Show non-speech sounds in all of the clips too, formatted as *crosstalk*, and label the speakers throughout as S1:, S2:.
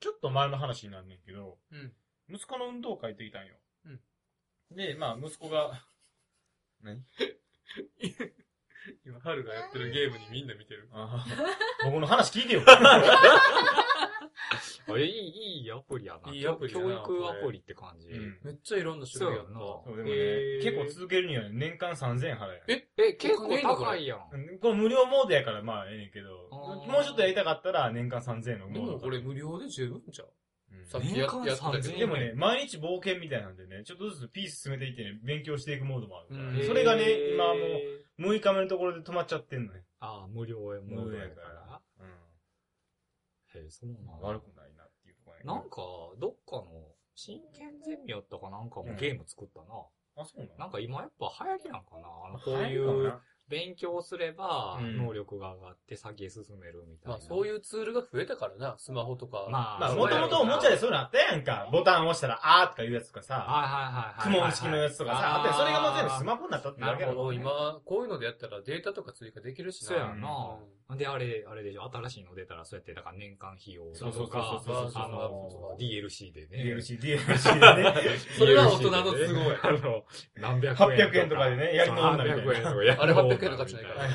S1: ちょっと前の話になんねんけど、
S2: うん
S1: 息子の運動会行ってきたんよ。
S2: うん
S1: で、まあ、息子
S2: *laughs*
S1: が、何
S2: 今、春がやってるゲームにみんな見てる。
S1: あー僕の話聞いて
S2: *laughs*
S1: よ。
S3: あいい、いいアプリやな。
S2: いいアプリやな
S3: 教育ア
S2: これ
S3: プリって感じ。
S1: うん
S2: めっちゃいろんな種類やった。
S3: そ
S1: そううでもね、
S2: へー
S1: 結構続けるには年間3000円払え。
S2: え
S3: え、結構高いやん。
S1: うんこれ無料モードやからまあええねんけど、
S3: あー
S1: もうちょっとやりたかったら年間3000円の
S2: で
S1: モード
S2: も
S1: だか
S2: こ
S1: ら。
S2: れ無料で十分じゃん。
S1: うん
S2: さっきや
S3: 年間
S2: やってたけ
S3: 3000
S2: ど。
S3: 円
S1: でもね、毎日冒険みたいなんでね、ちょっとずつピース進めていってね、勉強していくモードもあるから、
S2: うん
S1: それがね
S3: へ、ー
S1: 今もう6日目のところで止まっちゃってんのね。
S3: ああ、無料や、無料やから。
S1: う。
S3: へえ、そうん
S1: ま
S3: な
S1: あ
S3: んだ
S1: 悪くないなっていうところやけど
S3: なんか、どっかの、真剣ゼミやったかなんかもゲーム作ったな。
S1: あ、そうなの
S3: なんか今やっぱ流行りなんかなあの、こう
S1: 入
S3: い
S1: るかも
S3: う
S1: な
S3: 勉強すれば
S1: うん
S3: 能力が上がって先へ進めるみたい
S2: ま
S3: な。。
S2: あそういううツールが増えたからな、スマホとか。
S3: ま
S1: まあ、
S3: そう
S1: もともとおもちゃで
S2: す。
S1: そういうのあったやんか。ボタン押したら、あーとかいうやつとかさ、
S3: はいはいはいはい。
S1: クモン式のやつとかさ、あっ
S3: ー
S1: たやんそれがもう全部スマホになったって
S2: な
S1: だけや
S2: るほ
S1: ろ
S2: ど、。今、こういうのでやったらデータとか追加できるしな。
S3: そうやん
S2: う
S3: な。
S2: ん
S3: で、あれ、あれでしょ、新しいの出たら、そうやって、だから年間費用だ
S1: そうそうそう
S3: と
S1: そう
S3: か、
S1: そうそう
S3: あの、DLC でね。
S1: DLC、DLC でね。
S3: *laughs*
S2: それは大人のすごい
S3: あの、何百円。
S1: 800円とかでねやり
S3: そう
S1: 直んだみたいな
S3: 800円とかやり
S2: あれ
S3: 直んだ
S2: 800円の価値ないから。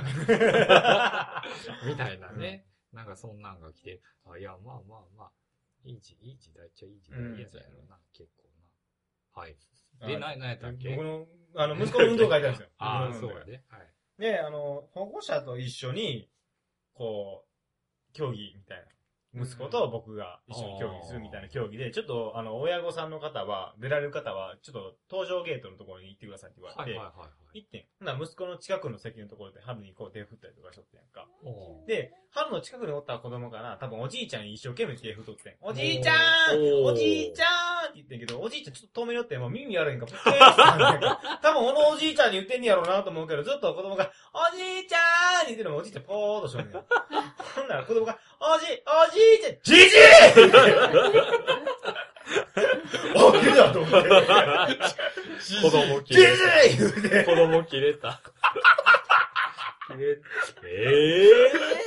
S3: みたいなね。なんかそんなんが来て、あいや、まあまあまあ、いい時、いい時代っちゃいい時代
S1: うん
S3: やつやろな、結構な。はい。で、な、なんやったっけ。
S1: 僕の、あの、息子の運動会行ったんですよ
S3: *laughs* ああ、
S1: 僕
S3: そ
S1: の
S3: う
S1: 運動会
S3: やね。はい。
S1: で、あの、保護者と一緒に、こう、競技みたいな。息子と僕が一緒に競技するみたいな競技で、ちょっと、あの、親御さんの方は、出られる方は、ちょっと、登場ゲートのところに行ってくださいって言わ
S3: は
S1: れ
S3: い
S1: て
S3: はい、はい。
S1: 行ってん。ほな、息子の近くの席のところで、春にこう手振ったりとかしとってんやんか。
S3: おー
S1: で、春の近くにおった子供かな、多分おじいちゃんに一生懸命手振っとってん。おじいちゃーん
S3: おー
S1: おじいちゃーんって言ってんけど、おじいちゃんちょっと遠目に寄って、もう耳悪いんか、ぽっとやらて
S3: *laughs*
S1: たん多分このおじいちゃんに言ってんねやろうなと思うけど、ずっと子供が、おじいちゃーんって言ってるのもおじいちゃんぽーっとしとんねん。 *laughs* ほんなら子供が、おじ、おじいちゃん、じじいって言って
S3: *laughs*
S1: あ、切れだと思って。
S3: 子供
S1: じ
S3: 切
S1: じい
S3: れた。
S1: 言うて。
S3: 子供切れた。切れえ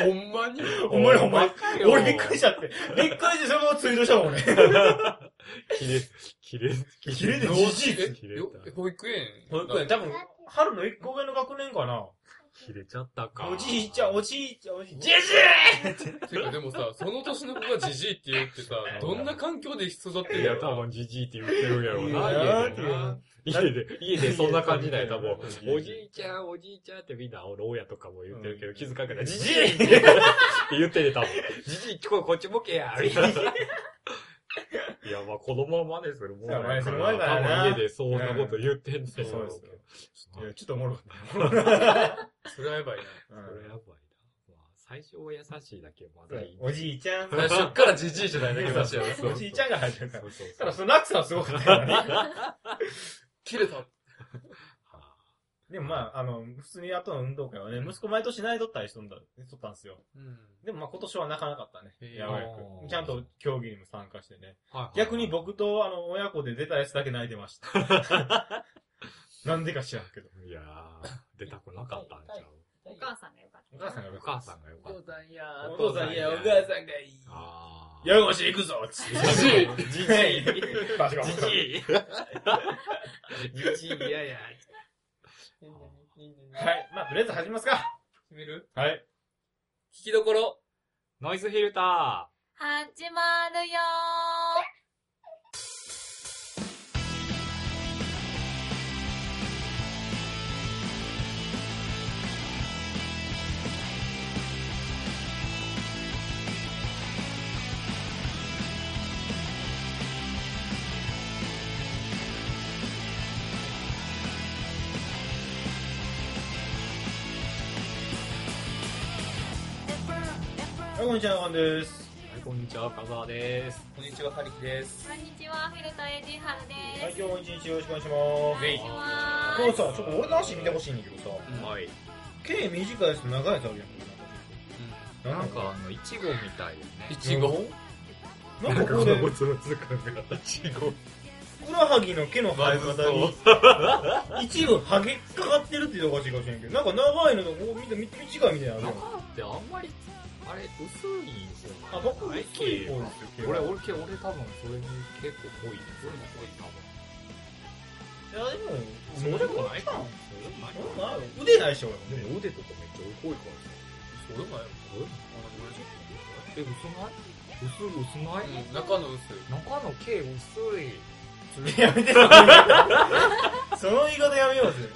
S2: ほんまに
S3: え
S1: ほんまにほんまに
S3: に
S1: 俺びっくりしちゃって。びっくりしてそのままツイートしたもんね。
S3: 切れ、切れ、
S1: 切れて
S3: どう
S1: じじい
S3: 切
S2: え
S3: れ
S2: よ
S3: た。
S2: 保育園
S1: 保育園、多分、春の一個上の学年かな。
S3: 切れちゃったか。
S1: おじいちゃん、おじいちゃん、おじいじじい
S2: てかでもさ、その年の子がジジイって言うってさ、どんな環境で育って
S3: い
S2: る
S3: や、
S2: ん
S3: 多分じじいって言ってるんやろう
S1: いや
S3: な、家でな。家で、家でそんな感じだよ、多
S1: うん
S3: 分。おじいちゃん、おじいちゃんってみんな、俺、親とかも言ってるけ
S1: う
S3: ど、
S1: ん
S3: 気づかんから、
S1: じ
S3: じじ
S1: じ
S3: い
S1: い
S3: って言ってて、多分。じじい、ここっち向けや、みたいな。いや、まあ、子供は真似するもんやから
S1: そう真似するもんやからな
S3: 多分家でそんなこと言ってんねん
S1: そうですよ
S3: いや
S1: ちょっとおもろかった
S2: それはやばいな。
S1: よ
S3: それやばいな。まあ、最初は優しいだけど、まだいい。
S1: おじいちゃん。
S2: 最初っからジジイじゃないだけだしやろ。
S1: おじいちゃんが入ってるか
S3: そ
S1: ら。
S3: うそう
S1: た
S3: そう
S1: だ、その落差はすごかったよね。
S2: 切れた。
S3: はあ
S1: でもまあ、あの、普通に後の運動会はね、息子毎年ないとったりしとんだ、しとったんですよ。
S2: うん。
S1: でもまあ今年は泣かなかったね。
S2: へー
S1: やばいく。ちゃんと競技にも参加してね。
S3: はいはい
S1: 逆に僕と、あの、親子で出たやつだけ泣いてました。 *laughs* なんでか知らんけど。
S3: いやー、出たくなかったんちゃう
S4: お母さんがよかった。
S1: お母さんが
S3: お母さんがよかった。
S2: んや
S1: お父さんいや、お母さんがいい。
S3: あー。
S1: よごし行くぞつって。
S2: ジジイ
S1: じじい *laughs* バチコン
S3: じじいじじい嫌や。
S2: いいねいいねいいね
S1: はい。まあ、とりあえず始めますか。
S2: 決める
S1: はい。
S2: 聞きどころ。
S3: ノイズフィルタ
S4: 始まるよ
S1: はい、こんにちは、ワンです。
S3: ー。はい、こんにちは、深澤です。
S2: こんにちは、はりきです。
S4: こんにちは、フィルター AD ハルです。
S1: はい、今日も一日よろしくお願いします。
S2: ぜ
S4: お願
S2: ひ
S4: いします。
S1: 今日さ、ちょっと俺の足見てほしいんだけどさ、
S2: うん
S3: はい。
S1: 毛短いやつと長いやつあるやん。
S3: なんか、あの、いちごみたいよ
S2: い
S3: ね。
S2: ちご。
S1: なんか、なんかここで、ふ
S3: つむつ感が、いちご。
S1: くらはぎの毛の生え *laughs* 方に、一部はげっかかってるって言うとおかしいかもしれんけど、なんか長いのとこう見て、見て短いみたいなのあるやん。
S3: で、あんまりあれ、薄い
S1: あ、
S3: 方
S1: 僕、
S3: ない
S1: 薄い方ですよ、毛はい
S3: 俺、俺、け俺多分それに結構濃いね。俺も濃い
S1: や、でも、
S3: 多分。そうでもない
S1: か。
S3: そうでもない
S1: 俺もないよ腕ないし、
S3: *laughs*
S1: 俺も。
S3: でも腕とかめっちゃ濃いからさ。
S2: それもや
S3: 俺え、薄ない薄い、薄ない、
S2: うん、中の薄い。
S3: 中の毛薄い。
S1: やめて、その言い方その言い方やめようぜ。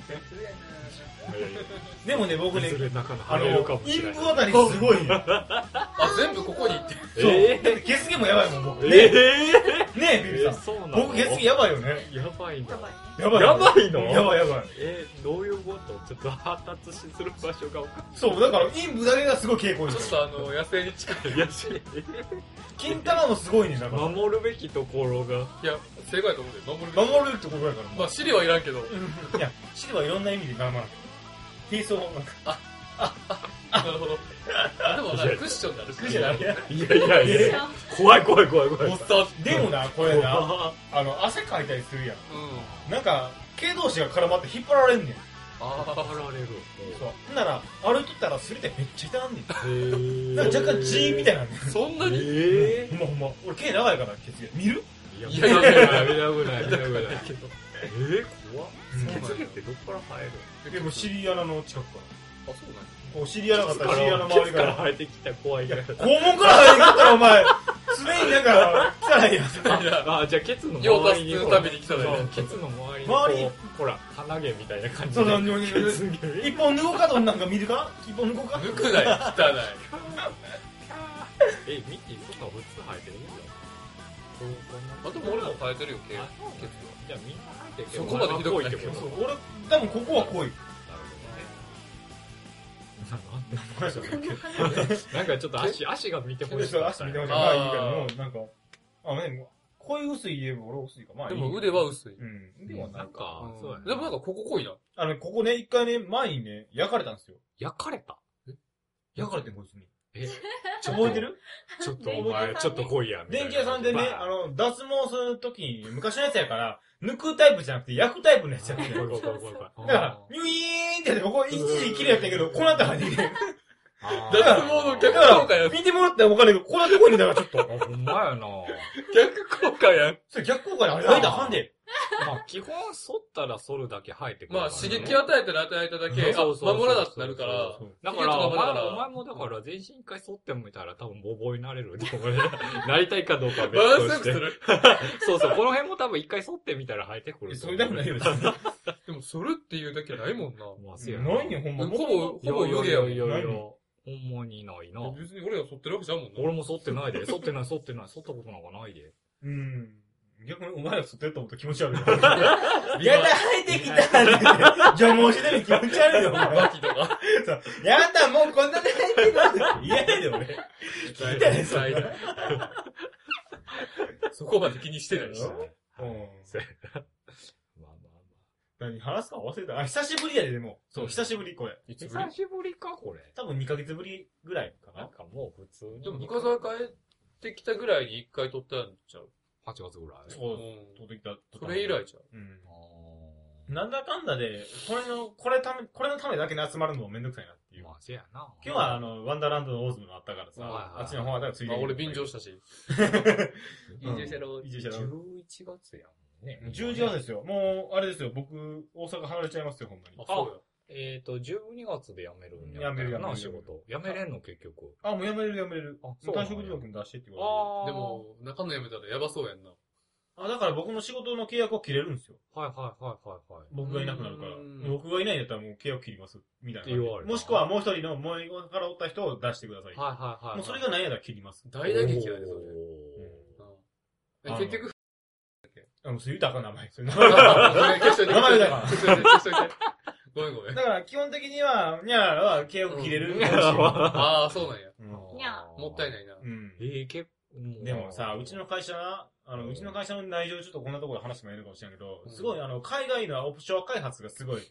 S1: でもね、僕ね
S3: そ、れ中の
S1: あ
S3: 腫れるか
S1: の
S3: も、
S1: イ
S3: し
S1: ン
S3: れない。
S1: プあたりすごい
S3: *laughs*
S1: よ。
S2: あ、全部ここに行ってる。
S1: そう。
S3: え
S1: だって毛すげもやばいもん、僕。
S3: ー、
S1: ね
S3: え
S1: え、ねえ、ビビ
S3: ー、
S1: さ
S3: え
S1: ん。
S3: そうなの
S1: 僕、毛すげやばいよね。
S3: やばいな。
S1: やばい。
S3: やばいの
S1: やばいやばい。
S3: えー、どういうことちょっと発達する場所が分か
S1: そう、だから、陰部だけがすごい傾向で
S2: ちょ
S1: す
S2: っ
S1: よ。
S2: とあの、野生に近い。
S3: んない。やし、
S1: 金玉もすごいねんだから。
S3: 守るべきところが。
S2: いや、正解やと思うで、守る。
S1: 守るってことやから。
S2: まあ、資料はいらんけど。
S1: いや、シルバーいろんな意味で頑張る。低層なんか、
S2: なるほど。あ、でもな、クッションだ、クッションだ。
S3: いやいやいや、怖い怖い怖い怖い。
S2: おっさ
S1: でもな、これな、
S3: あ
S1: あの、汗かいたりするやん。
S2: ん。うん。
S1: なんか、毛同士が絡まって引っ張られんねん。
S2: あ
S3: られる。
S1: そう。ほんなら、歩いとったらすれてめっちゃ痛んねん。
S3: へー
S1: なんか若干血みたいなんねん。
S2: あ、そんなに
S3: え
S1: ほんまほんま。俺毛長いから、血毛。見る
S3: ー、
S2: い
S3: い
S2: や
S3: や
S2: いや
S3: いや
S2: い
S3: い
S2: や
S3: や、見たくない、見たくない。
S2: けど。
S3: えー、怖っ。
S2: ん
S3: 血毛ってどっから生える
S1: でも尻穴の近くか
S2: あ、そうなんや
S1: ら。お尻穴かったら尻穴の周
S3: ケ
S1: り
S3: ツ
S1: か
S3: から
S1: ら。
S3: 生えてきたら怖いから。
S1: 肛門から入ってきたらお前、常になん *laughs* か、汚いやん。
S2: いや
S3: あ、じゃあケツの
S2: 用
S3: 周
S2: 足
S3: り
S2: す
S3: に。
S2: るために来た
S3: そ
S2: らいいうね。
S3: ケツの周りに
S1: 周り
S3: こうほら、鼻毛みたいな感じ
S1: そう
S3: で。
S1: そう、
S3: ケツ毛
S1: 一本脱ごうかとなんか見るか一本脱ごうか
S2: 抜くない、汚い。
S3: え、ミッキー、そんな普通生えてるんだよ。そう、そんな。
S2: あ、でも俺も生えてるよ、毛。
S3: あそうなんだじゃあみんな生えて
S2: そ
S3: る
S2: こまでひどくない
S3: けど。
S1: そう
S3: なる
S1: 俺、多分ここは濃い。
S3: ほどね。なんかちょっと足、足が見てほしい。
S1: そう足見てほしい。
S2: あー
S1: まあいいから、もうなんか、あ、ね、もうこういう薄い言えば俺薄いか。まあい
S2: で
S1: い。
S2: も腕は薄い。
S1: うん。でも
S3: な
S1: なんん
S3: か
S1: か、
S2: うん
S3: そうやな
S2: でもなんかここ濃いな。
S1: あの、ここね、一回ね、前にね、焼かれたんですよ。
S3: 焼かれた
S1: 焼かれてこいつに。
S3: え、
S1: ちょ、覚えてる
S3: ちょっとお前、ちょっと来いや。みたい
S1: 電
S3: な
S1: 気屋さんでね、
S3: バー
S1: あの、脱毛するときに、昔のやつやから、抜くタイプじゃなくて焼くタイプのや *laughs* つやって
S3: 怖い
S1: る。
S3: 怖い怖い怖い怖い
S1: だから、ニュイーンってやって、ここ一時綺麗やったけど、こうなったから *laughs* ね。
S3: あー
S2: 脱毛の
S1: だ
S2: 逆
S1: か
S2: 効果や
S1: ら、
S2: ん。
S1: 見てもらったら分かるけど、こんなとこにだからちょっと。
S3: あほんまやな
S2: 逆効果やん。
S1: それ逆効果であれ、間かんで。
S3: まあ、基本、剃ったら剃るだけ生えてくるか
S2: ま
S3: ら
S2: あ、
S3: ね。
S2: 刺激与えたら与えただけ、あ、
S3: そうそうそう
S2: 守らなってなるから
S1: そうそう、
S3: だから、
S2: 刺激
S3: お
S2: と守
S3: 前
S2: るから
S3: もお前もだから、全身一回剃ってみたら多分ボーボーになれる。でもね、 *laughs* なりたいかどうかは
S2: バランス
S3: 別
S2: よ
S3: と
S2: くす
S3: して。
S2: る。
S3: そうそう、この辺も多分一回剃ってみたら生えてくる。
S1: それだけないよ。
S2: でも、それっていうだけないもんな。
S3: まあ、せや
S1: ないね、ほんま。
S2: ほぼ、ほぼ湯気やもん
S3: いやいやいや
S1: ない
S3: ほんまにないな。
S2: 別に俺ら剃ってるわけじゃんもんな。 *laughs*
S3: 俺も剃ってないで。剃ってない、剃ってない。剃ったことなんかないで。
S1: うん。逆にお前ら剃ってると思ったら気持ち *laughs* 悪いよ。やだ、生えてきた *laughs* 除毛してる気持ち悪いよ、お前
S2: バキとか。
S1: そうやだ、もうこんなに生えてる嫌やで、俺。聞いたね、それ。
S2: ない *laughs* そこまで気にしてないし。
S1: うん
S3: せやまあまあ
S1: 何話すか忘れた。あ、久しぶりやで、でも。そう、久しぶり、これ。
S2: いつぶ
S3: まあ。久
S2: り
S3: しぶりか、これ。
S1: 多分2ヶ月ぶりぐらいか
S3: なん
S1: な。
S3: かもう普通に。
S2: でも、深沢帰ってきたぐらいに一回撮ったんちゃう
S3: 8月ぐらい。
S1: そう
S2: う
S1: 取ってきた。
S2: ん。それ以来ちゃう
S1: うん。
S3: あ
S1: なんだかんだで、これの、これため、これのためだけに集まるのもめんどくさいなってい
S3: ー
S1: う。
S3: まあ、せやな。
S1: 今日はあ、の、ワンダーランドのオーズムのあったからさ、
S3: はいはい
S1: あっちの方はだからつい
S2: ま
S1: て
S2: あ、
S1: きて
S2: 俺便乗したし。
S1: うん
S2: ろ
S1: 移住者だろ
S3: 11月やもんね。
S1: 11月ですよ。もう、あれですよ。僕、大阪離れちゃいますよ、ほんまに
S2: あ、。そ
S3: えっと、12月で辞めるんやった
S1: 辞め
S3: よな。
S1: る辞める
S3: 仕事。辞めれんの、結局。
S1: あ、もうやめれるやめれる。
S3: あ
S1: もう退職届も出してって言わ
S2: うや。
S3: あ
S2: で
S3: でも、
S2: も、中野辞めたらやばそうやん
S1: れ
S2: な。
S1: る。あ、だから僕の仕事の契約を切れるんですよ。
S3: はいはいはいはいはい。
S1: 僕がいなくなるから
S2: うん。
S1: 僕がいないんだったらもう契約切ります。みたいな感じ。
S3: って言われた
S1: もしくはもう一人の、もう一個からおった人を出してください。
S3: はいはいはい。
S1: もうそれがないやったら切ります。
S2: 大打撃やで、それ。う
S3: れ。
S2: んえ結局、 *laughs*
S1: あ、もうそれ豊かな名前。それ
S3: *laughs*
S1: 名
S2: ごめ
S1: 前
S2: ん消しといて
S1: 名前だから
S2: 消しといて消しといてごめんごめん。
S1: だから基本的には、にゃーらは契約切れる。
S2: う
S1: うんん
S2: ああ、そうなんや。
S4: にゃ
S2: もったいないな。
S1: うん
S3: ええ、結構。
S1: でもさ、うちの会社な、あ
S3: う
S1: の、
S3: ん
S1: うちの会社の内情ちょっとこんなところで話してもいるかもしれんけど
S2: う、ん
S1: すごい、あの、海外のオプション開発がすごい、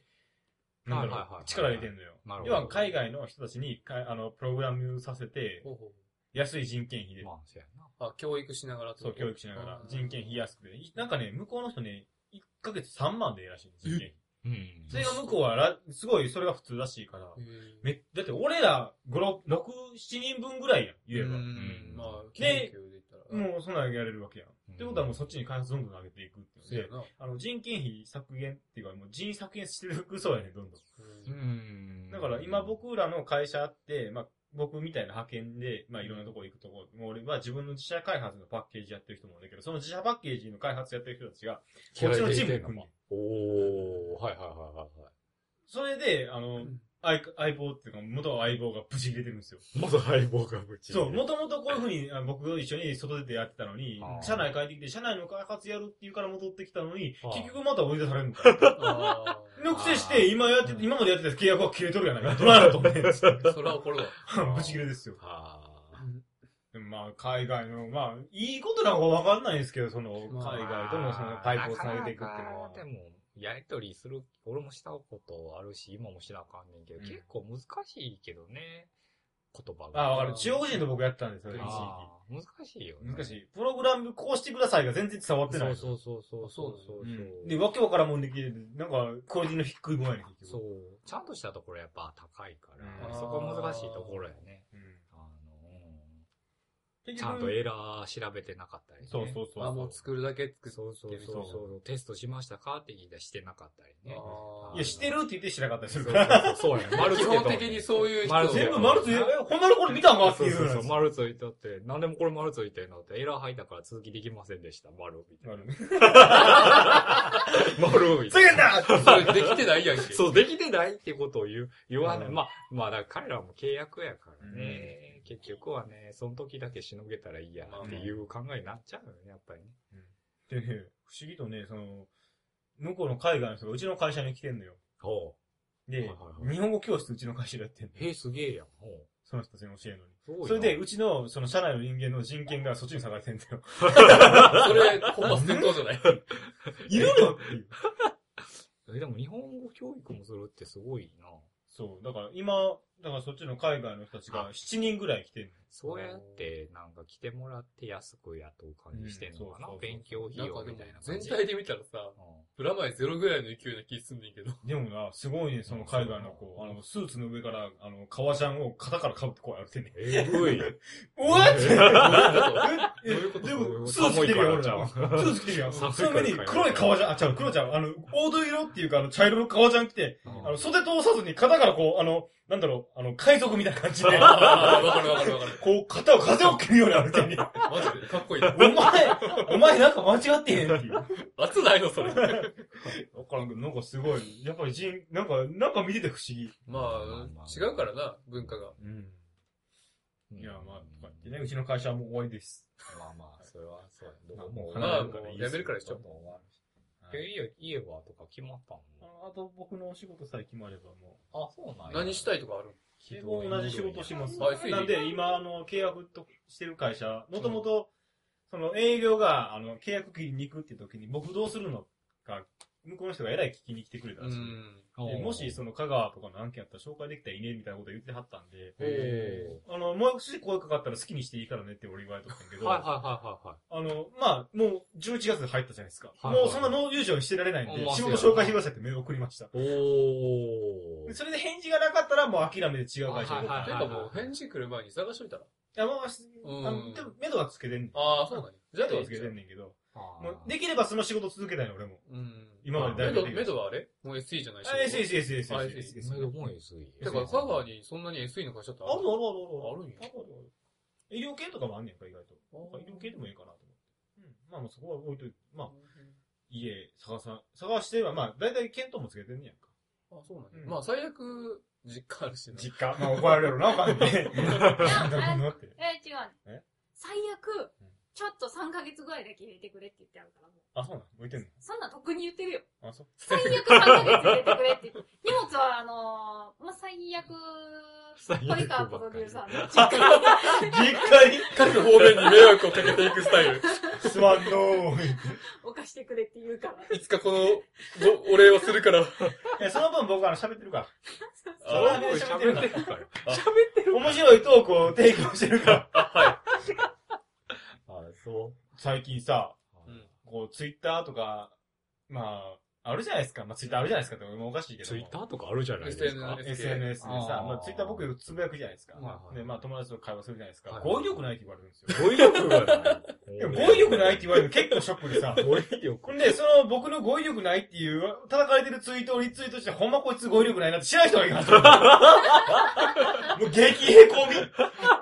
S1: なんだ
S3: はいはい
S1: ろ、
S3: はいう
S1: 力入れてんのよ
S3: なる。ほ
S1: 要
S3: ど
S1: は海外の人たちに、かあの、プログラムさせて、
S2: ほうほ
S1: 安い人件費で
S3: ま、あ、せやな。
S2: うあ、教育しながらって
S1: そ
S2: こ
S1: う、
S2: と
S1: 教育しながら、人件費安くて、いなんかね、向こうの人ね、1ヶ月3万でええらしいね、人件費。
S3: うん。
S1: それが向こうはら、すごい、それが普通らしいから。
S2: うん
S1: めだって俺ら、5、6、6 7人分ぐらいやん、言えば。
S2: うんまあ、
S1: で
S2: 研究で言ったら。
S1: もう、そんなんやれるわけやん。ってことはもうそっちに開発どんどん上げていくって
S2: そ
S1: い
S2: うや
S1: うので、
S2: な。
S1: あの、人件費削減っていうか、もう人員削減してるそうやね、どんどん。
S3: うん、うん。
S1: だから今僕らの会社あって、まあ、僕みたいな派遣で、まあ、いろんなとこ行くとこ、もう俺は自分の自社開発のパッケージやってる人もいるんだけど、その自社パッケージの開発やってる人たちが、こっちのチームに来るの。
S3: おおはいはいはいは
S1: それで、あ
S2: う
S1: の、
S2: ん
S1: 相相棒っていうか、元相棒がブチ切れてるんですよ。
S3: い。まだ相棒がぶち。
S1: そう、もともとこういうふうにあ僕と一緒に外出てやってたのに
S3: あ、ー
S1: 社内帰ってきて、社内の開発やるっていうから戻ってきたのに
S3: あー、
S1: 結局また追い出されるの
S3: *laughs*
S1: か。
S2: あ
S1: のくせして、今やって
S3: う、ん
S1: 今までやってた契約は切れとるやないか。どないなと思って。
S3: *laughs*
S2: ーそれは怒るわ。
S1: ブチ切れですよ。
S3: ああ。
S1: でもまあ、海外の、まあ、いいことなんかわかんないですけど、その、
S2: まあ
S1: 海外とのそのパイプをつなげていくっていうのは
S3: なかなか。でも、やりとりする、俺もしたことあるし、今もしなあかんねんけど、
S1: うん
S3: 結構難しいけどね、言葉が。
S1: あ、わかる。中国人と僕やったんですよ、一時
S3: あー難しいよ、
S1: 期。難し
S3: い。
S1: い。プログラムこうしてくださいが全然伝わってな
S3: そう
S1: い。
S3: そうそうそう。
S2: そうなの
S3: そう
S1: う
S3: そ
S1: ん
S3: う。
S1: で、わけわからんもんできて、なんか、クオリティの低いもんやねん、結
S3: そ
S1: 局。
S3: う。ちゃんとしたところやっぱ高いか
S1: うん
S3: ら、そこは難しいところやね。
S1: うん
S3: あの
S1: 結局
S3: ちゃんとエラー調べてなかったりね。
S1: そうそうそう。
S2: あ、もう作るだけ作っ
S3: そうそうそうそう。テストしましたかって聞いたらしてなかったりね。
S2: あー
S1: いや、してるって言ってしてなかったりす
S3: そう
S1: る
S3: そ
S1: か
S3: う
S1: ら。
S3: そうそうやね。丸つけ
S2: 基
S3: とる
S2: 本的にそういう人
S3: 丸つけ
S1: *laughs* 全
S3: とる
S1: 部丸ついて、え
S3: そうそう、
S1: ほんまのこれ見たんかって
S3: そう
S1: いう
S3: そう
S1: 話。
S3: 丸ついとって、なんでもこれ丸ついてんのって、エラー入ったから続きできませんでした、丸みたい
S1: 丸
S3: な。丸み
S1: つ
S3: たい
S1: けんな
S3: な。 *laughs*
S1: って
S2: それできてないやんけ。
S3: そう、できてないってことを言う、言わない。
S1: うん
S3: まあ、まあ、だから彼らも契約やからね、結局はね、その時だけしのげたらいいやっていう考えになっちゃうよね、やっぱりね。
S1: でね、不思議とね、その、向こうの海外の人がうちの会社に来てんのよ。
S3: ほ
S1: で、
S3: はいはいはい
S1: 日本語教室うちの会社でやってんの
S3: う。へえ、すげえやん。ほう。
S1: その人たちに教えるのに。
S3: すごいな
S1: それで、うちの、その、社内の人間の人権がそっちに下がってんだよ。
S2: それ、ほんま戦闘じゃない。
S1: いるのっていう。
S3: えでも日本語教育もするってすごいな。
S1: そう。だから今、だからそっちの海外の人たちが7人ぐらい来てんの。
S3: そうやって、なんか来てもらって安く雇う感じしてんのかな、
S1: うんそうそうそう
S3: 勉強費
S2: なん
S3: 用
S2: かで
S3: み
S2: も
S3: たいな、感
S2: 全
S3: じ。
S2: 体で見たらさ、プラマイゼロぐらいの勢いな気すんねん *laughs* けど。
S1: でもな、すごいね、その海外の子、あの、スーツの上から、あの、革ジャンを肩から被ってこうやってんねん。
S3: うんえぐい。
S1: おわっ
S3: え
S1: て
S3: ー *laughs*
S1: え
S3: どういうこと
S1: でも、ス
S3: ど
S1: ー
S3: ういう
S1: ツ
S3: こと
S1: 着てるよ、
S3: 寒い
S1: 俺
S3: から
S1: ら。スーツ着てるよ。
S3: 寒い
S1: そ
S3: から
S1: の上に黒い革ジャン、あ、違う、黒ちゃん、あの、黄土色っていうか、あの、茶色の革ジャン着て、あの、袖通さずに肩からこう、あの、なんだろう、あの、海賊みたいな感
S3: *laughs*
S1: じで、
S2: ああ、わかるわかるわかる。
S1: こう、肩を風を切るように歩いてんねん
S2: マジでかっこいいな。
S1: お前、お前なんか間違ってへんっていう。わ
S2: 熱ないの、それ。
S1: からんけど、なんかすごい、やっぱり人、なんか、なんか見てて不思議。
S2: まあ、違うからな、文化が。
S1: うん。いや、まあ、とか
S3: ま
S1: 言ってね、うちの会社はもう終わりです。
S3: あまあ、それはそうや。
S1: まあ
S3: どう
S1: も
S3: も
S1: う
S3: う、
S2: まあ、
S1: 離れる
S2: も
S1: か
S2: う
S1: らいい
S2: やめるからでしょ。
S3: もう終わるし
S1: はい
S3: え、いいよ、言えばとか決まったもん。
S1: あと僕のお仕事さえ決まればもう。
S3: あ、そうなんや。
S2: 何したいとかある
S1: 基本同じ仕事してます。
S2: はい
S1: なんで、今、あの、契約としてる会社、もともと、その営業が、あの、契約切りに行くって時に、僕どうするのか、向こうの人がえらい聞きに来てくれた
S2: うん
S1: ですよ。
S2: ん。
S1: で
S3: おう
S1: もし、その香川とかの案件あったら紹介できたらいいね、みたいなこと言ってはったんで、
S3: へえ
S1: あの、もう少し声かかったら好きにしていいからねって俺言われとったんやけど、
S3: はいはいはいは
S1: あの、まあ、もう11月入ったじゃないですか。
S3: はいはい
S1: もうそんなノー優勝にしてられないんで
S2: ま、あ
S1: 仕事紹介してくださいってメール送りました。
S3: いはい。お
S1: で
S3: ー。
S1: それで返事がなかったらもう諦めて違う会社
S3: は
S1: に
S3: い
S1: 行
S3: は
S1: っ
S3: い
S1: て
S2: ていうかもう、返事来る前に探しといたら。
S1: いや、まあ、
S2: うん
S1: あのでも、目処はつけてんねん。
S2: ああ、そうなんや。じゃあ、
S1: 目処
S2: ど
S1: は
S2: う
S1: つけてんねんけど。も
S3: あ
S1: うできればその仕事続けたいの、俺も。
S2: うん。
S1: 今までだ
S2: メ
S1: い
S2: ド、
S1: ぶ。
S2: メドはあれもう SE じゃないし。
S1: あ、S、S、S、S、
S2: あ
S1: S、
S2: SE
S1: S、
S3: ー
S1: S。
S3: それ
S1: あ
S3: もうすい。
S2: だから、香川にそんなに SE の会社って
S1: るあるある
S2: の
S1: ある
S2: あるんや
S1: あるあるある医療系とかもあんねんか、意外と。
S2: あー
S1: 医療系でもいいかなと思って。うん。まあ、もうそこは置いといて。まあ、家探さ、探しては、まあ、だいたい見当もつけてんねやんか。
S2: あ、そうなん
S1: う
S2: や。
S1: ん
S2: まあ、最悪、実家あるしな。
S1: 実家。ま *laughs* あ、怒られるやろな、お金で。なんだこんなって。
S4: え、違う。 *laughs*
S1: え
S4: 最悪
S1: うん、
S4: ちょっと3ヶ月ぐらいだけ入れてくれって言ってあるから、もう。
S1: あ、そうなん置いてんの
S4: そんなんとっくに言ってるよ。
S1: あ、そう。
S4: 最悪3ヶ月入れてくれって言って。荷物は、あのー、まあ、最悪、 *laughs* 堀川プロデューサーの実家に。
S1: 実家に
S2: 各方面に迷惑をかけていくスタイル。
S1: すまんの *laughs* ーい。
S4: *laughs* お貸してくれって言うから。
S2: *laughs* いつかこのお、お礼をするから。
S1: いや、その分僕はあの喋ってるから。
S3: あ
S1: それはね
S3: もう
S1: 喋ってるから
S3: 喋るから。
S1: 面白いトークを提供してるから。
S3: あ、そ
S1: 最近さ、
S3: う。
S2: うん
S1: こう、ツイッターとか、まあ、あるじゃないですか。まあ、ツイッターあるじゃないですかって、俺もおかしいけど
S3: ツ
S1: も。
S3: イッターとかあるじゃないですか。
S2: SNS
S1: SNS でさ
S3: あ、ー
S1: まあ、ツイッター僕よくつぶやくじゃないですか。
S2: はい
S3: はい
S1: で、まあ、友達と会話するじゃないですか。
S3: はい
S1: 語彙力ないって言われるんですよ。
S3: *laughs* 語彙力が *laughs* ない
S1: いや語彙力ないって言われるの結構ショックでさ。
S3: *laughs* 語彙力。
S1: ほんで、その僕の語彙力ないっていう、叩かれてるツイートをリツイートして、ほんまこいつ語彙力ないなって知らん人がいますよもう激へこ